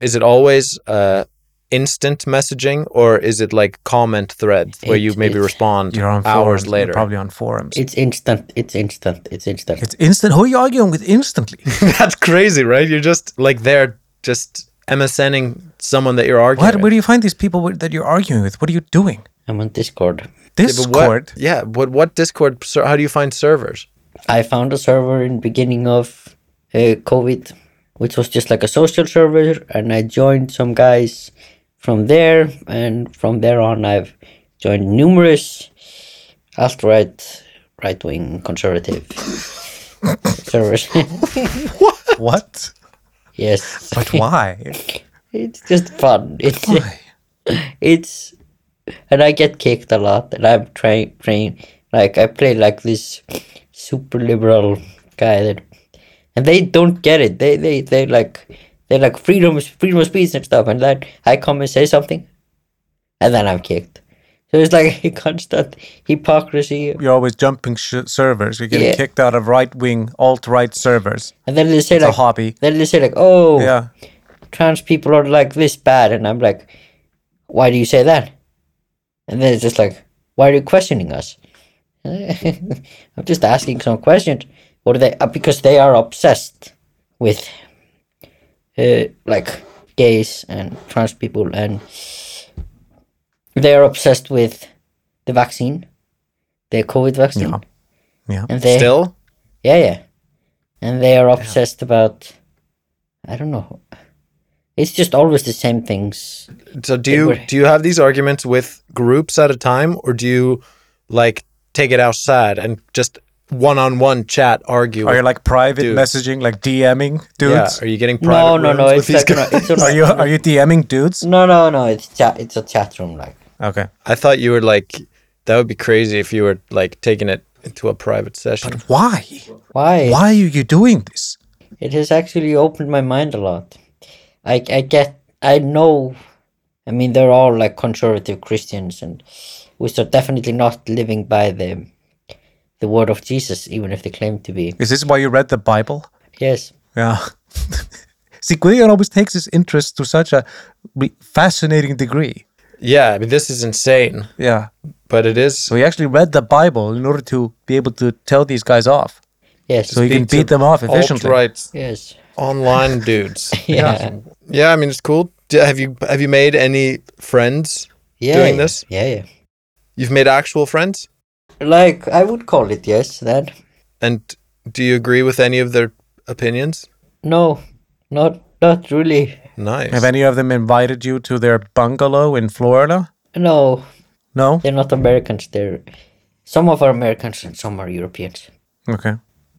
[SPEAKER 3] Is it always uh, instant messaging or is it like comment threads where you
[SPEAKER 1] It-
[SPEAKER 3] maybe
[SPEAKER 1] it-
[SPEAKER 3] respond
[SPEAKER 4] You're on forums.
[SPEAKER 3] hours
[SPEAKER 4] you're
[SPEAKER 3] later?
[SPEAKER 4] probably on forums.
[SPEAKER 1] It's instant. It's instant. It's instant.
[SPEAKER 4] it's instant. Who are you arguing with instantly?
[SPEAKER 3] That's crazy, right? You're just like there, just MSNing someone that you're arguing.
[SPEAKER 4] what?
[SPEAKER 3] with.
[SPEAKER 4] Where do you find these people with- that you're arguing with? What are you doing?
[SPEAKER 1] I'm on Discord.
[SPEAKER 3] Yeah, but
[SPEAKER 4] Discord.
[SPEAKER 3] What, yeah. What, what Discord? ser- How do you find servers?
[SPEAKER 1] I found a server in beginning of uh, COVID, which was just like a social server, and I joined some guys from there, and from there on, I've joined numerous alt-right, right-wing, conservative servers.
[SPEAKER 4] What?
[SPEAKER 1] yes,
[SPEAKER 4] But why?
[SPEAKER 1] it's just fun. It's it's, and I get kicked a lot, and I'm trying playing like I play like this super liberal guy that, and they don't get it. They they they like they like freedom is- freedom of speech and stuff, and then I come and say something, and then I'm kicked. So it's like a constant hypocrisy.
[SPEAKER 4] You're always jumping sh- servers. You're getting
[SPEAKER 1] Yeah.
[SPEAKER 4] kicked out of right wing, alt right servers.
[SPEAKER 1] And then they say
[SPEAKER 4] It's a
[SPEAKER 1] like
[SPEAKER 4] hobby.
[SPEAKER 1] then they say like oh
[SPEAKER 4] Yeah.
[SPEAKER 1] trans people are like this bad and i'm like why do you say that and then it's just like why are you questioning us i'm just asking some questions what are they uh, because they are obsessed with uh, like gays and trans people and they are obsessed with the vaccine the covid vaccine
[SPEAKER 4] Yeah. Yeah.
[SPEAKER 1] and they
[SPEAKER 3] Still?
[SPEAKER 1] yeah, yeah. And they are obsessed about. I don't know. It's just always the same things.
[SPEAKER 3] So do you
[SPEAKER 1] would-
[SPEAKER 3] do you have these arguments with groups at a time, or do you like take it outside and just one on one chat argue?
[SPEAKER 4] Are you
[SPEAKER 3] with-
[SPEAKER 4] like private
[SPEAKER 3] Dudes.
[SPEAKER 4] messaging, like DMing dudes?
[SPEAKER 3] Yeah, are you getting
[SPEAKER 1] No,
[SPEAKER 3] private
[SPEAKER 1] no, no. It's
[SPEAKER 3] rooms with
[SPEAKER 1] like
[SPEAKER 3] these
[SPEAKER 1] no,
[SPEAKER 3] guys?
[SPEAKER 1] it's
[SPEAKER 4] Are
[SPEAKER 1] a,
[SPEAKER 4] you are you DMing dudes?
[SPEAKER 1] no, no, no. It's chat. It's a chat room, like.
[SPEAKER 4] Okay.
[SPEAKER 3] I thought you were like that would be crazy if you were like taking it into a private session.
[SPEAKER 4] Why?
[SPEAKER 1] Why?
[SPEAKER 4] Why are you doing this?
[SPEAKER 1] It has actually opened my mind a lot. I, I get. I know. I mean, they're all like conservative Christians, and which are definitely not living by the, the word of Jesus, even if they claim to be.
[SPEAKER 4] Is this why you read the Bible?
[SPEAKER 1] Yes.
[SPEAKER 4] Yeah. See, Guillaume always takes his interest to such a re- fascinating degree.
[SPEAKER 3] Yeah, I mean this is insane,
[SPEAKER 4] Yeah.
[SPEAKER 3] but it is.
[SPEAKER 4] So he actually read the Bible in order to be able to tell these guys off.
[SPEAKER 1] Yes.
[SPEAKER 4] So he can eh? beat them off efficiently.
[SPEAKER 3] Alt-right
[SPEAKER 1] yes.
[SPEAKER 3] online dudes.
[SPEAKER 1] Yeah.
[SPEAKER 3] Yeah, I mean it's cool. Do d- have you have you made any friends?
[SPEAKER 1] Yeah.
[SPEAKER 3] Doing
[SPEAKER 1] yeah,
[SPEAKER 3] this?
[SPEAKER 1] Yeah, yeah.
[SPEAKER 3] You've made actual friends,
[SPEAKER 1] Like I would call it yes. Then
[SPEAKER 3] and do you agree with any of their opinions?
[SPEAKER 1] no, not not really.
[SPEAKER 3] Nice.
[SPEAKER 4] Have any of them invited you to their bungalow in Florida?
[SPEAKER 1] No,
[SPEAKER 4] No?
[SPEAKER 1] they're not Americans. They're some of are Americans and some are Europeans,
[SPEAKER 4] Okay.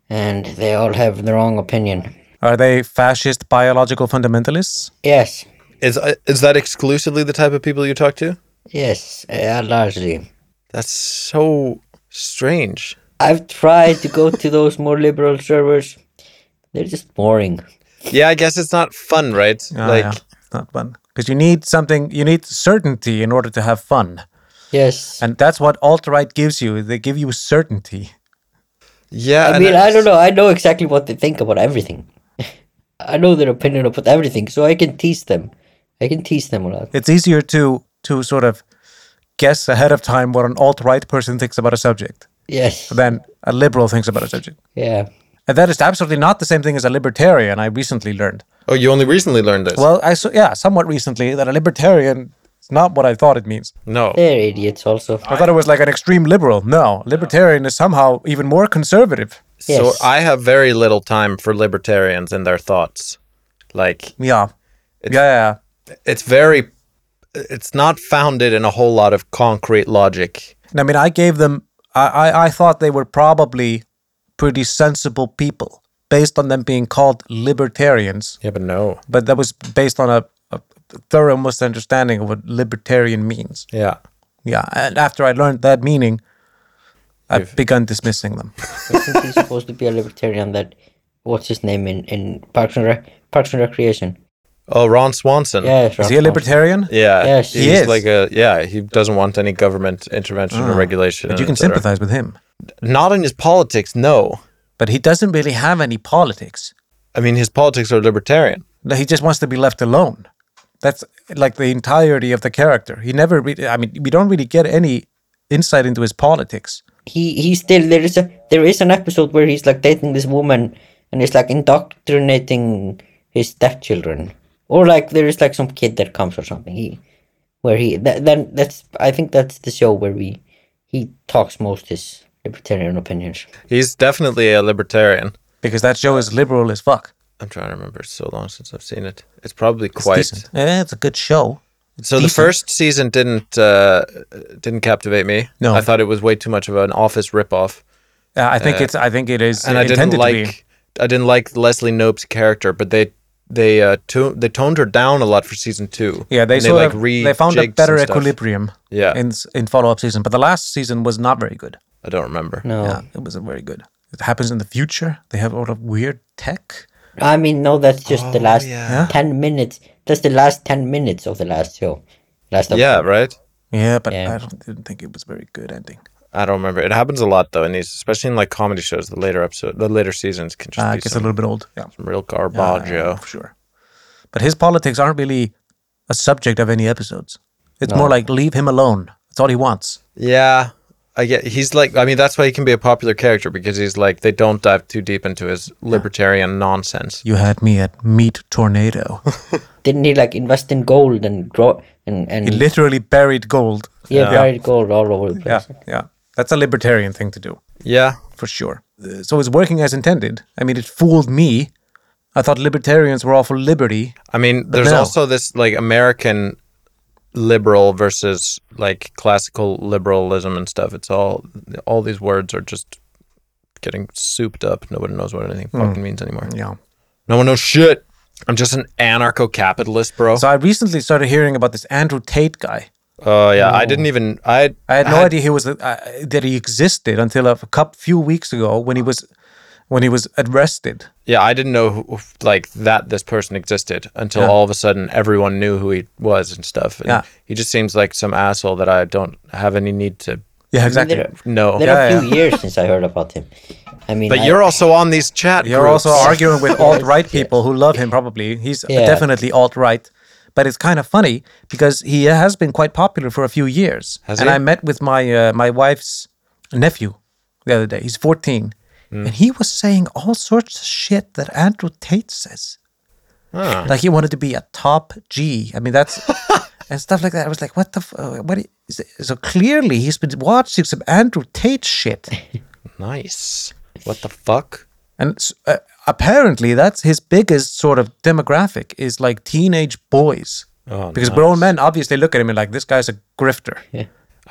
[SPEAKER 1] and they all have their own opinion.
[SPEAKER 4] Are they fascist biological fundamentalists?
[SPEAKER 1] Yes,
[SPEAKER 3] Is uh, is that exclusively the type of people you talk to?
[SPEAKER 1] yes, uh, largely.
[SPEAKER 3] That's so strange.
[SPEAKER 1] I've tried to go to those more liberal servers. They're just boring.
[SPEAKER 3] Yeah, I guess it's not fun, right?
[SPEAKER 4] Ah,
[SPEAKER 3] like
[SPEAKER 4] yeah. not fun. Because you need something, you need certainty in order to have fun.
[SPEAKER 1] Yes.
[SPEAKER 4] And that's what alt right gives you. They give you certainty.
[SPEAKER 3] yeah.
[SPEAKER 1] I
[SPEAKER 3] and
[SPEAKER 1] mean, I
[SPEAKER 3] it's-
[SPEAKER 1] don't know. I know exactly what they think about everything. I know their opinion about everything, so I can tease them. I can tease them a lot.
[SPEAKER 4] It's easier to to sort of guess ahead of time what an alt right person thinks about a subject
[SPEAKER 1] Yes.
[SPEAKER 4] than a liberal thinks about a subject.
[SPEAKER 1] Yeah.
[SPEAKER 4] And that is absolutely not the same thing as a libertarian. I recently learned.
[SPEAKER 3] Oh, you only recently learned this.
[SPEAKER 4] Well, I so, yeah, somewhat recently that a libertarian is not what I thought it means.
[SPEAKER 3] no.
[SPEAKER 1] They're idiots also.
[SPEAKER 4] I thought it was like an extreme liberal. No, libertarian is somehow even more conservative.
[SPEAKER 3] So
[SPEAKER 1] Yes.
[SPEAKER 3] I have very little time for libertarians and their thoughts. Like
[SPEAKER 4] Yeah.
[SPEAKER 3] It's-
[SPEAKER 4] yeah, yeah.
[SPEAKER 3] it's very it's not founded in a whole lot of concrete logic.
[SPEAKER 4] And I mean, I gave them. I, I I thought they were probably pretty sensible people based on them being called libertarians,
[SPEAKER 3] Yeah, but no.
[SPEAKER 4] but that was based on a, a thorough misunderstanding of what libertarian means.
[SPEAKER 3] Yeah.
[SPEAKER 4] Yeah, and after I learned that meaning, I've begun dismissing them.
[SPEAKER 1] Isn't he supposed to be a libertarian that, what's his name in, in Parks, and Rec- Parks and Recreation?
[SPEAKER 3] Oh, Ron Swanson.
[SPEAKER 1] Yes.
[SPEAKER 4] Is
[SPEAKER 1] Ralph
[SPEAKER 4] he a
[SPEAKER 1] Nader.
[SPEAKER 4] libertarian?
[SPEAKER 3] Yeah.
[SPEAKER 1] Yes.
[SPEAKER 3] he's
[SPEAKER 1] He
[SPEAKER 4] is.
[SPEAKER 3] like a yeah, he doesn't want any government intervention or regulation.
[SPEAKER 4] Ah, But you
[SPEAKER 3] et
[SPEAKER 4] can
[SPEAKER 3] cetera.
[SPEAKER 4] sympathize with him.
[SPEAKER 3] Not in his politics, no.
[SPEAKER 4] But he doesn't really have any politics.
[SPEAKER 3] I mean his politics are libertarian.
[SPEAKER 4] No, he just wants to be left alone. That's like the entirety of the character. He never really, I mean, we don't really get any insight into his politics.
[SPEAKER 1] he he still there is a there is an episode where he's like dating this woman and he's like indoctrinating his stepchildren or like there is like some kid that comes or something he where he th- then that's i think that's the show where we he talks most his libertarian opinions
[SPEAKER 3] He's definitely a libertarian.
[SPEAKER 4] Because that show is liberal as fuck.
[SPEAKER 3] I'm trying to remember. It's so long since I've seen it. It's probably
[SPEAKER 4] It's
[SPEAKER 3] quite.
[SPEAKER 4] decent. Eh, it's a good show.
[SPEAKER 3] so
[SPEAKER 4] decent.
[SPEAKER 3] the first season didn't uh, didn't captivate me.
[SPEAKER 4] No.
[SPEAKER 3] I thought it was way too much of an office ripoff,
[SPEAKER 4] Uh, I think it's. I think it is
[SPEAKER 3] and I
[SPEAKER 4] intended
[SPEAKER 3] didn't
[SPEAKER 4] to be.
[SPEAKER 3] like I didn't like Leslie Knope's character. But they they uh, to- they toned her down a lot for season two.
[SPEAKER 4] Yeah, they
[SPEAKER 3] And
[SPEAKER 4] sort of they found a
[SPEAKER 3] rejigged
[SPEAKER 4] better
[SPEAKER 3] some stuff.
[SPEAKER 4] equilibrium.
[SPEAKER 3] Yeah.
[SPEAKER 4] in s- in follow up season, but the last season was not very good.
[SPEAKER 3] I don't remember.
[SPEAKER 1] no
[SPEAKER 4] Yeah, it wasn't very good. It happens in the future. They have all of weird tech.
[SPEAKER 1] i mean no that's just the last
[SPEAKER 3] yeah.
[SPEAKER 1] 10 minutes that's the last 10 minutes of the last show last episode.
[SPEAKER 3] Yeah, right.
[SPEAKER 4] Yeah, but
[SPEAKER 1] Yeah.
[SPEAKER 4] I don't, didn't think it was a very good ending.
[SPEAKER 3] I don't remember. It happens a lot though, and these especially in like comedy shows. The later episode, the later seasons can just
[SPEAKER 4] Uh,
[SPEAKER 3] be
[SPEAKER 4] it gets a
[SPEAKER 3] some,
[SPEAKER 4] little bit old. Yeah.
[SPEAKER 3] some real garbage.
[SPEAKER 4] Yeah, for sure. But his politics aren't really a subject of any episodes. It's more like leave him alone. That's all he wants.
[SPEAKER 3] Yeah, I get. He's like. I mean, that's why he can be a popular character because he's like they don't dive too deep into his libertarian nonsense.
[SPEAKER 4] You had me at meat tornado.
[SPEAKER 1] didn't he like invest in gold and grow and and
[SPEAKER 4] he literally buried gold.
[SPEAKER 1] yeah, buried gold all over the
[SPEAKER 4] Yeah,
[SPEAKER 1] place
[SPEAKER 4] yeah. That's a libertarian thing to do
[SPEAKER 3] Yeah,
[SPEAKER 4] for sure. Uh, So it's working as intended. I mean, it fooled me. I thought libertarians were all for liberty.
[SPEAKER 3] I mean, there's
[SPEAKER 4] no.
[SPEAKER 3] also this like American liberal versus like classical liberalism and stuff. It's all all these words are just getting souped up. Nobody knows what anything
[SPEAKER 4] Hmm.
[SPEAKER 3] fucking means anymore.
[SPEAKER 4] Yeah.
[SPEAKER 3] No one knows shit. I'm just an anarcho-capitalist, bro.
[SPEAKER 4] So I recently started hearing about this Andrew Tate guy.
[SPEAKER 3] Oh yeah, I didn't even I
[SPEAKER 4] I had no idea he was uh, that he existed until a cup few weeks ago when he was when he was arrested.
[SPEAKER 3] yeah, I didn't know who, like that this person existed until all of a sudden everyone knew who he was and stuff. And
[SPEAKER 4] Yeah.
[SPEAKER 3] he just seems like some asshole that I don't have any need to
[SPEAKER 4] Yeah, exactly.
[SPEAKER 1] There-
[SPEAKER 3] know.
[SPEAKER 1] There are
[SPEAKER 4] Yeah,
[SPEAKER 1] a few years since I heard about him. I mean,
[SPEAKER 3] But
[SPEAKER 1] I-
[SPEAKER 3] you're also on these chat.
[SPEAKER 4] You're
[SPEAKER 3] groups.
[SPEAKER 4] also arguing with alt right people who love him, probably. He's
[SPEAKER 1] Yeah.
[SPEAKER 4] definitely alt right. But it's kind of funny because he has been quite popular for a few years.
[SPEAKER 3] Has
[SPEAKER 4] and
[SPEAKER 3] he?
[SPEAKER 4] I met with my uh, my wife's nephew the other day. He's Mm. 14. And he was saying all sorts of shit that Andrew Tate says. Like he wanted to be a top G. I mean, that's and stuff like that. I was like, what the? F- uh, what i- is it? So clearly, he's been watching some Andrew Tate shit,
[SPEAKER 3] Nice. What the fuck?
[SPEAKER 4] and s- uh, apparently, that's his biggest sort of demographic is like teenage boys.
[SPEAKER 3] Oh,
[SPEAKER 4] because grown men obviously look at him and like, this guy's a grifter.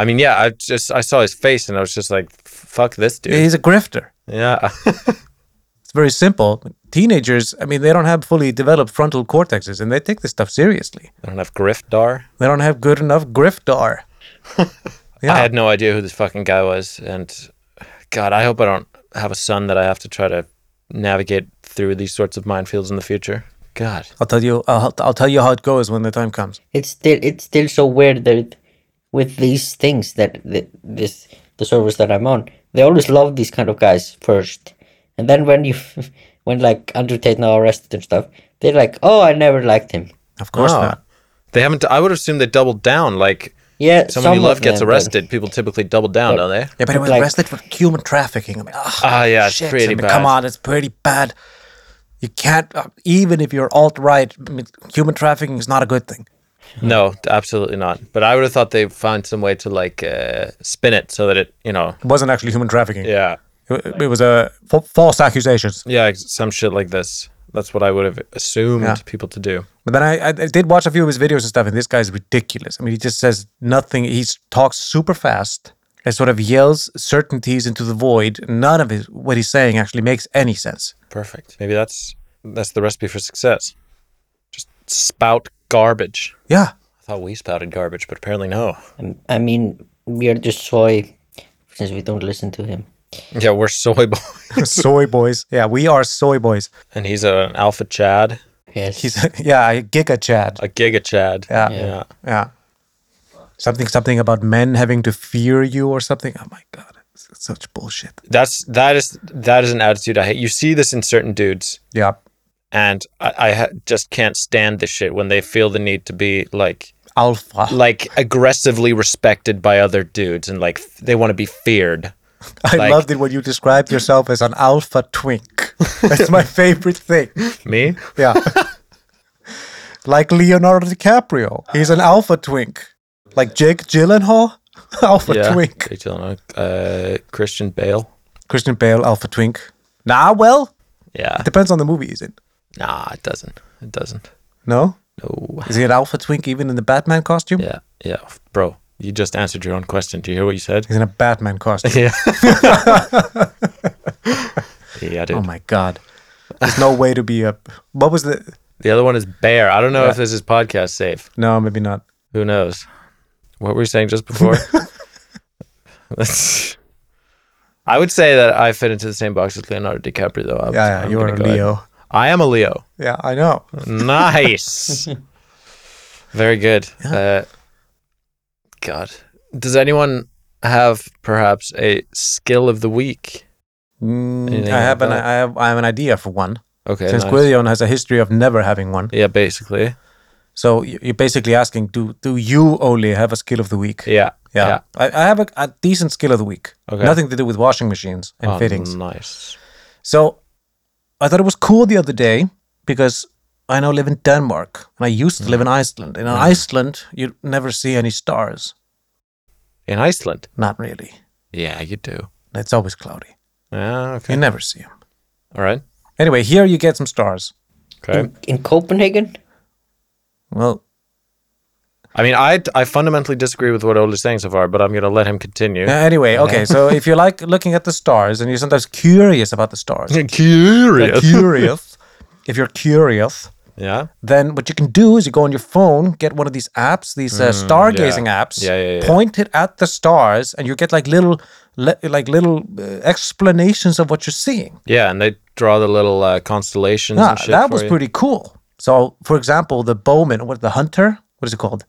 [SPEAKER 3] I mean, yeah, I just I saw his face and I was just like, fuck this dude.
[SPEAKER 4] He's a grifter.
[SPEAKER 3] Yeah.
[SPEAKER 4] It's very simple. Teenagers, I mean, they don't have fully developed frontal cortexes, and they take this stuff seriously.
[SPEAKER 3] I don't have Griftar.
[SPEAKER 4] They don't have good enough griftar.
[SPEAKER 3] I had no idea who this fucking guy was, and God, I hope I don't have a son that I have to try to navigate through these sorts of minefields in the future. God,
[SPEAKER 4] I'll tell you. I'll, I'll tell you how it goes when the time comes.
[SPEAKER 1] it's still it's still so weird that with these things that, that this the servers that I'm on, they always love these kind of guys first, and then when you when like Andrew Tate now arrested and stuff, they're like, oh, I never liked him.
[SPEAKER 4] Of course
[SPEAKER 3] Oh.
[SPEAKER 4] not.
[SPEAKER 3] they haven't. I would assume they doubled down. Like
[SPEAKER 1] Yeah,
[SPEAKER 3] someone you
[SPEAKER 1] some
[SPEAKER 3] love
[SPEAKER 1] of
[SPEAKER 3] gets
[SPEAKER 1] them, but-
[SPEAKER 3] arrested, people typically double down, don't they?
[SPEAKER 4] Yeah, but he was
[SPEAKER 1] Like-
[SPEAKER 4] arrested for human trafficking. I mean, ah,
[SPEAKER 3] Ah, yeah, it's
[SPEAKER 4] shit.
[SPEAKER 3] pretty
[SPEAKER 4] I mean, Come
[SPEAKER 3] bad.
[SPEAKER 4] on, it's pretty bad. You can't, uh, even if you're alt right, I mean, human trafficking is not a good thing.
[SPEAKER 3] No, absolutely not. But I would have thought they found some way to like uh, spin it so that it, you know,
[SPEAKER 4] It wasn't actually human trafficking.
[SPEAKER 3] yeah,
[SPEAKER 4] It, it was a fa- false accusations.
[SPEAKER 3] yeah, ex- some shit like this. That's what I would have assumed
[SPEAKER 4] Yeah.
[SPEAKER 3] people to do.
[SPEAKER 4] But then I, I did watch a few of his videos and stuff, and this guy's ridiculous. I mean, he just says nothing. He talks super fast and sort of yells certainties into the void. None of his what he's saying actually makes any sense.
[SPEAKER 3] Perfect. Maybe that's that's the recipe for success. Just spout garbage.
[SPEAKER 4] Yeah,
[SPEAKER 3] I thought we spouted garbage, but apparently no.
[SPEAKER 1] I mean, we are just soy since we don't listen to him.
[SPEAKER 3] Yeah, we're soy boy,
[SPEAKER 4] soy boys. Yeah, we are soy boys.
[SPEAKER 3] and he's an alpha Chad,
[SPEAKER 1] Yes,
[SPEAKER 4] He's yeah, a giga Chad.
[SPEAKER 3] a giga Chad.
[SPEAKER 4] Yeah.
[SPEAKER 3] yeah.
[SPEAKER 4] Yeah. Something something about men having to fear you or something. Oh my god, it's such bullshit.
[SPEAKER 3] That's that is that is an attitude I hate. You see this in certain dudes,
[SPEAKER 4] Yeah,
[SPEAKER 3] and I, I ha- just can't stand this shit when they feel the need to be like
[SPEAKER 4] alpha.
[SPEAKER 3] like aggressively respected by other dudes, and like f- they want to be feared.
[SPEAKER 4] I
[SPEAKER 3] like-
[SPEAKER 4] loved it when you described yourself as an alpha twink. That's my favorite thing.
[SPEAKER 3] Me?
[SPEAKER 4] Yeah. like Leonardo DiCaprio, he's an alpha twink. Like Jake Gyllenhaal, alpha
[SPEAKER 3] yeah.
[SPEAKER 4] twink.
[SPEAKER 3] Jake Gyllenhaal, Uh, Christian Bale.
[SPEAKER 4] Christian Bale, alpha twink. Nah, well,
[SPEAKER 3] Yeah.
[SPEAKER 4] depends on the movie, is it?
[SPEAKER 3] Nah, it doesn't. It doesn't.
[SPEAKER 4] No,
[SPEAKER 3] No.
[SPEAKER 4] is he an alpha twink even in the Batman costume?
[SPEAKER 3] Yeah, yeah, f- bro. You just answered your own question. Do you hear what you said?
[SPEAKER 4] He's in a Batman costume.
[SPEAKER 3] yeah. yeah, dude.
[SPEAKER 4] Oh my god. There's no way to be a what was the
[SPEAKER 3] the other one is bear. I don't know if this is podcast safe.
[SPEAKER 4] No, maybe not.
[SPEAKER 3] Who knows? What were you saying just before? Let's. I would say that I fit into the same box as Leonardo DiCaprio, though. I'm-
[SPEAKER 4] Yeah, yeah
[SPEAKER 3] I'm
[SPEAKER 4] you are
[SPEAKER 3] gonna go
[SPEAKER 4] a
[SPEAKER 3] ahead.
[SPEAKER 4] Leo.
[SPEAKER 3] I am a Leo.
[SPEAKER 4] Yeah, I know.
[SPEAKER 3] Nice. Very good. Uh, God, does anyone have perhaps a skill of the week?
[SPEAKER 4] Mm,
[SPEAKER 3] Anything
[SPEAKER 4] I have
[SPEAKER 3] about
[SPEAKER 4] an
[SPEAKER 3] it?
[SPEAKER 4] I have I have an idea for one.
[SPEAKER 3] Okay.
[SPEAKER 4] Since
[SPEAKER 3] nice.
[SPEAKER 4] Quillion has a history of never having one.
[SPEAKER 3] Yeah, basically.
[SPEAKER 4] So you- you're basically asking do do you only have a skill of the week?
[SPEAKER 3] Yeah.
[SPEAKER 4] Yeah. I, I have a, a decent skill of the week.
[SPEAKER 3] Okay.
[SPEAKER 4] Nothing to do with washing machines and
[SPEAKER 3] Oh,
[SPEAKER 4] fittings.
[SPEAKER 3] Nice.
[SPEAKER 4] So I thought it was cool the other day because I now live in Denmark and I used to live
[SPEAKER 3] Mm.
[SPEAKER 4] in Iceland. And in Iceland, you never see any stars.
[SPEAKER 3] In Iceland.
[SPEAKER 4] Not really.
[SPEAKER 3] Yeah, you do.
[SPEAKER 4] It's always cloudy.
[SPEAKER 3] Yeah. Okay.
[SPEAKER 4] You never see them.
[SPEAKER 3] All right.
[SPEAKER 4] Anyway, here you get some stars.
[SPEAKER 3] Okay.
[SPEAKER 1] in Copenhagen.
[SPEAKER 4] Well,
[SPEAKER 3] I mean, I I fundamentally disagree with what Old is saying so far, but I'm gonna let him continue.
[SPEAKER 4] uh, anyway, okay. So if you like looking at the stars and you're sometimes curious about the stars,
[SPEAKER 3] Curious.
[SPEAKER 4] curious. If you're curious,
[SPEAKER 3] Yeah.
[SPEAKER 4] then what you can do is you go on your phone, get one of these apps, these uh, stargazing apps,
[SPEAKER 3] Mm, Yeah, yeah, yeah.
[SPEAKER 4] point it at the stars, and you get like little, le- like little uh, explanations of what you're seeing.
[SPEAKER 3] Yeah, and they draw the little uh, constellations
[SPEAKER 4] Yeah,
[SPEAKER 3] and shit.
[SPEAKER 4] Ah, that
[SPEAKER 3] for
[SPEAKER 4] was
[SPEAKER 3] you.
[SPEAKER 4] pretty cool. So, for example, the Bowman, what the Hunter? What is it called?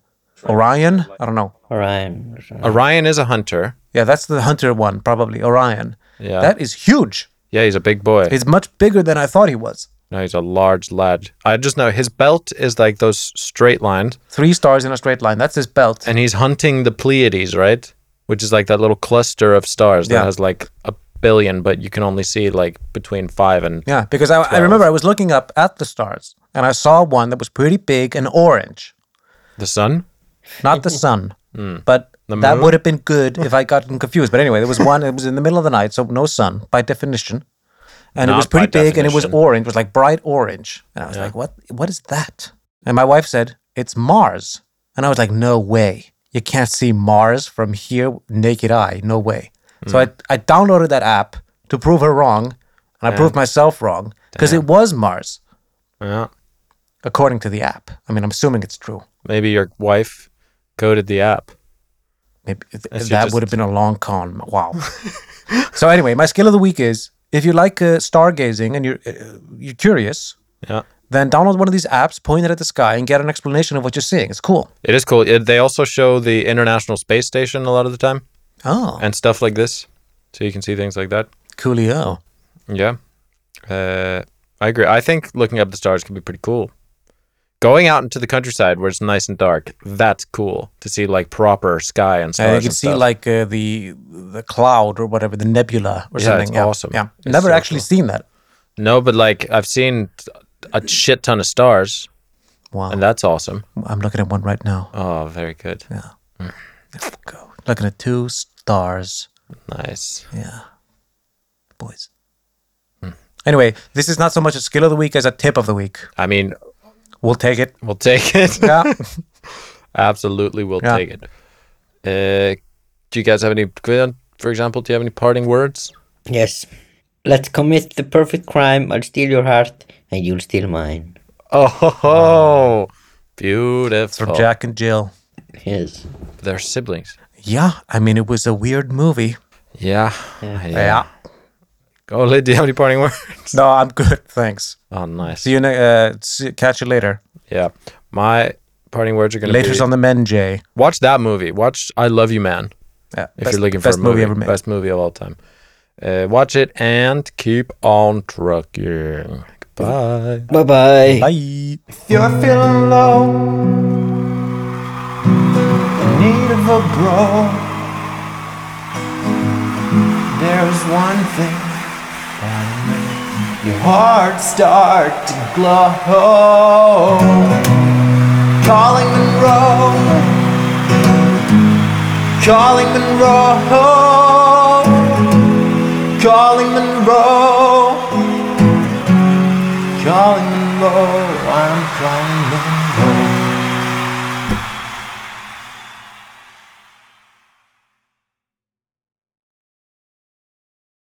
[SPEAKER 4] Orion? I don't know.
[SPEAKER 1] Orion. or something.
[SPEAKER 3] Orion is a hunter.
[SPEAKER 4] Yeah, that's the Hunter one, probably Orion.
[SPEAKER 3] Yeah.
[SPEAKER 4] That is huge.
[SPEAKER 3] Yeah, he's a big boy.
[SPEAKER 4] It's much bigger than I thought he was.
[SPEAKER 3] no, he's a large lad. I just know his belt is like those straight lines,
[SPEAKER 4] Three stars in a straight line. That's his belt.
[SPEAKER 3] and he's hunting the Pleiades, right? Which is like that little cluster of stars
[SPEAKER 4] Yeah.
[SPEAKER 3] that has like a billion, but you can only see like between five and
[SPEAKER 4] yeah, because I, I remember I was looking up at the stars and I saw one that was pretty big and orange.
[SPEAKER 3] The sun?
[SPEAKER 4] Not the sun, but
[SPEAKER 3] Hmm. The
[SPEAKER 4] that
[SPEAKER 3] moon?
[SPEAKER 4] would have been good if I gotten confused. But anyway, there was one, it was in the middle of the night, so no sun by definition. And it
[SPEAKER 3] Not
[SPEAKER 4] was pretty
[SPEAKER 3] by
[SPEAKER 4] big and it was
[SPEAKER 3] definition.
[SPEAKER 4] orange, it was like bright orange. And I was like, what, what is that? And my wife said, it's Mars. And I was like, no way. You can't see Mars from here, naked eye. No way. So
[SPEAKER 3] Hmm.
[SPEAKER 4] I, I downloaded that app to prove her wrong. And I proved myself wrong because it was Mars,
[SPEAKER 3] Yeah.
[SPEAKER 4] according to the app. I mean, I'm assuming it's true.
[SPEAKER 3] Maybe your wife coded the app.
[SPEAKER 4] Maybe th-
[SPEAKER 3] As you
[SPEAKER 4] that
[SPEAKER 3] just-
[SPEAKER 4] would have been a long con. Wow. so anyway, my skill of the week is if you like uh, stargazing and you're uh, you're curious,
[SPEAKER 3] Yeah.
[SPEAKER 4] then download one of these apps, point it at the sky, and get an explanation of what you're seeing. It's cool.
[SPEAKER 3] It is cool. It, they also show the International Space Station a lot of the time
[SPEAKER 4] Oh,
[SPEAKER 3] and stuff like this. So you can see things like that. Oh,
[SPEAKER 4] coolio.
[SPEAKER 3] Yeah. Uh, I agree. I think looking up the stars can be pretty cool. Going out into the countryside where it's nice and dark, that's cool to see like proper sky and stars.
[SPEAKER 4] Uh, you
[SPEAKER 3] and
[SPEAKER 4] can see
[SPEAKER 3] stuff.
[SPEAKER 4] like uh, the the cloud or whatever, the nebula or
[SPEAKER 3] Yeah,
[SPEAKER 4] something.
[SPEAKER 3] it's awesome.
[SPEAKER 4] Yeah,
[SPEAKER 3] It's
[SPEAKER 4] never
[SPEAKER 3] so
[SPEAKER 4] actually seen that.
[SPEAKER 3] No, but like I've seen a shit ton of stars,
[SPEAKER 4] Wow,
[SPEAKER 3] and that's awesome.
[SPEAKER 4] I'm looking at one right now.
[SPEAKER 3] Oh, very good. Hmm.
[SPEAKER 4] Go. Looking at two stars.
[SPEAKER 3] Nice.
[SPEAKER 4] Yeah. Boys. Hmm. Anyway, this is not so much a skill of the week as a tip of the week.
[SPEAKER 3] I mean,
[SPEAKER 4] We'll take it.
[SPEAKER 3] we'll take it.
[SPEAKER 4] Yeah.
[SPEAKER 3] Absolutely, we'll
[SPEAKER 4] Yeah.
[SPEAKER 3] take it. Uh, do you guys have any? For example, do you have any parting words?
[SPEAKER 1] Yes. Let's commit the perfect crime. I'll steal your heart and you'll steal mine.
[SPEAKER 3] Oh, ho, ho. Oh, beautiful.
[SPEAKER 4] From Jack and Jill.
[SPEAKER 1] Yes.
[SPEAKER 3] They're siblings.
[SPEAKER 4] Yeah. I mean, it was a weird movie.
[SPEAKER 3] Yeah. Yeah. Go, Lid. Mm-hmm. Do you have any parting words?
[SPEAKER 4] No, I'm good. Thanks.
[SPEAKER 3] Oh, nice.
[SPEAKER 4] See you. Ne- uh, see, catch you later.
[SPEAKER 3] Yeah. My parting words are gonna
[SPEAKER 4] Later's
[SPEAKER 3] be
[SPEAKER 4] on the men, Jay.
[SPEAKER 3] watch that movie. Watch I Love You, Man.
[SPEAKER 4] Yeah,
[SPEAKER 3] If
[SPEAKER 4] best-
[SPEAKER 3] you're looking for
[SPEAKER 4] best
[SPEAKER 3] a movie,
[SPEAKER 4] movie ever made.
[SPEAKER 3] best movie of all time. Uh, watch it and keep on trucking. Bye.
[SPEAKER 1] Bye bye.
[SPEAKER 4] Bye.
[SPEAKER 6] If you're feeling low, in need of a bro, there's one thing that'll make your heart start to glow. Calling Monroe, calling Monroe, calling Monroe. Calling Monroe, I'm calling Monroe.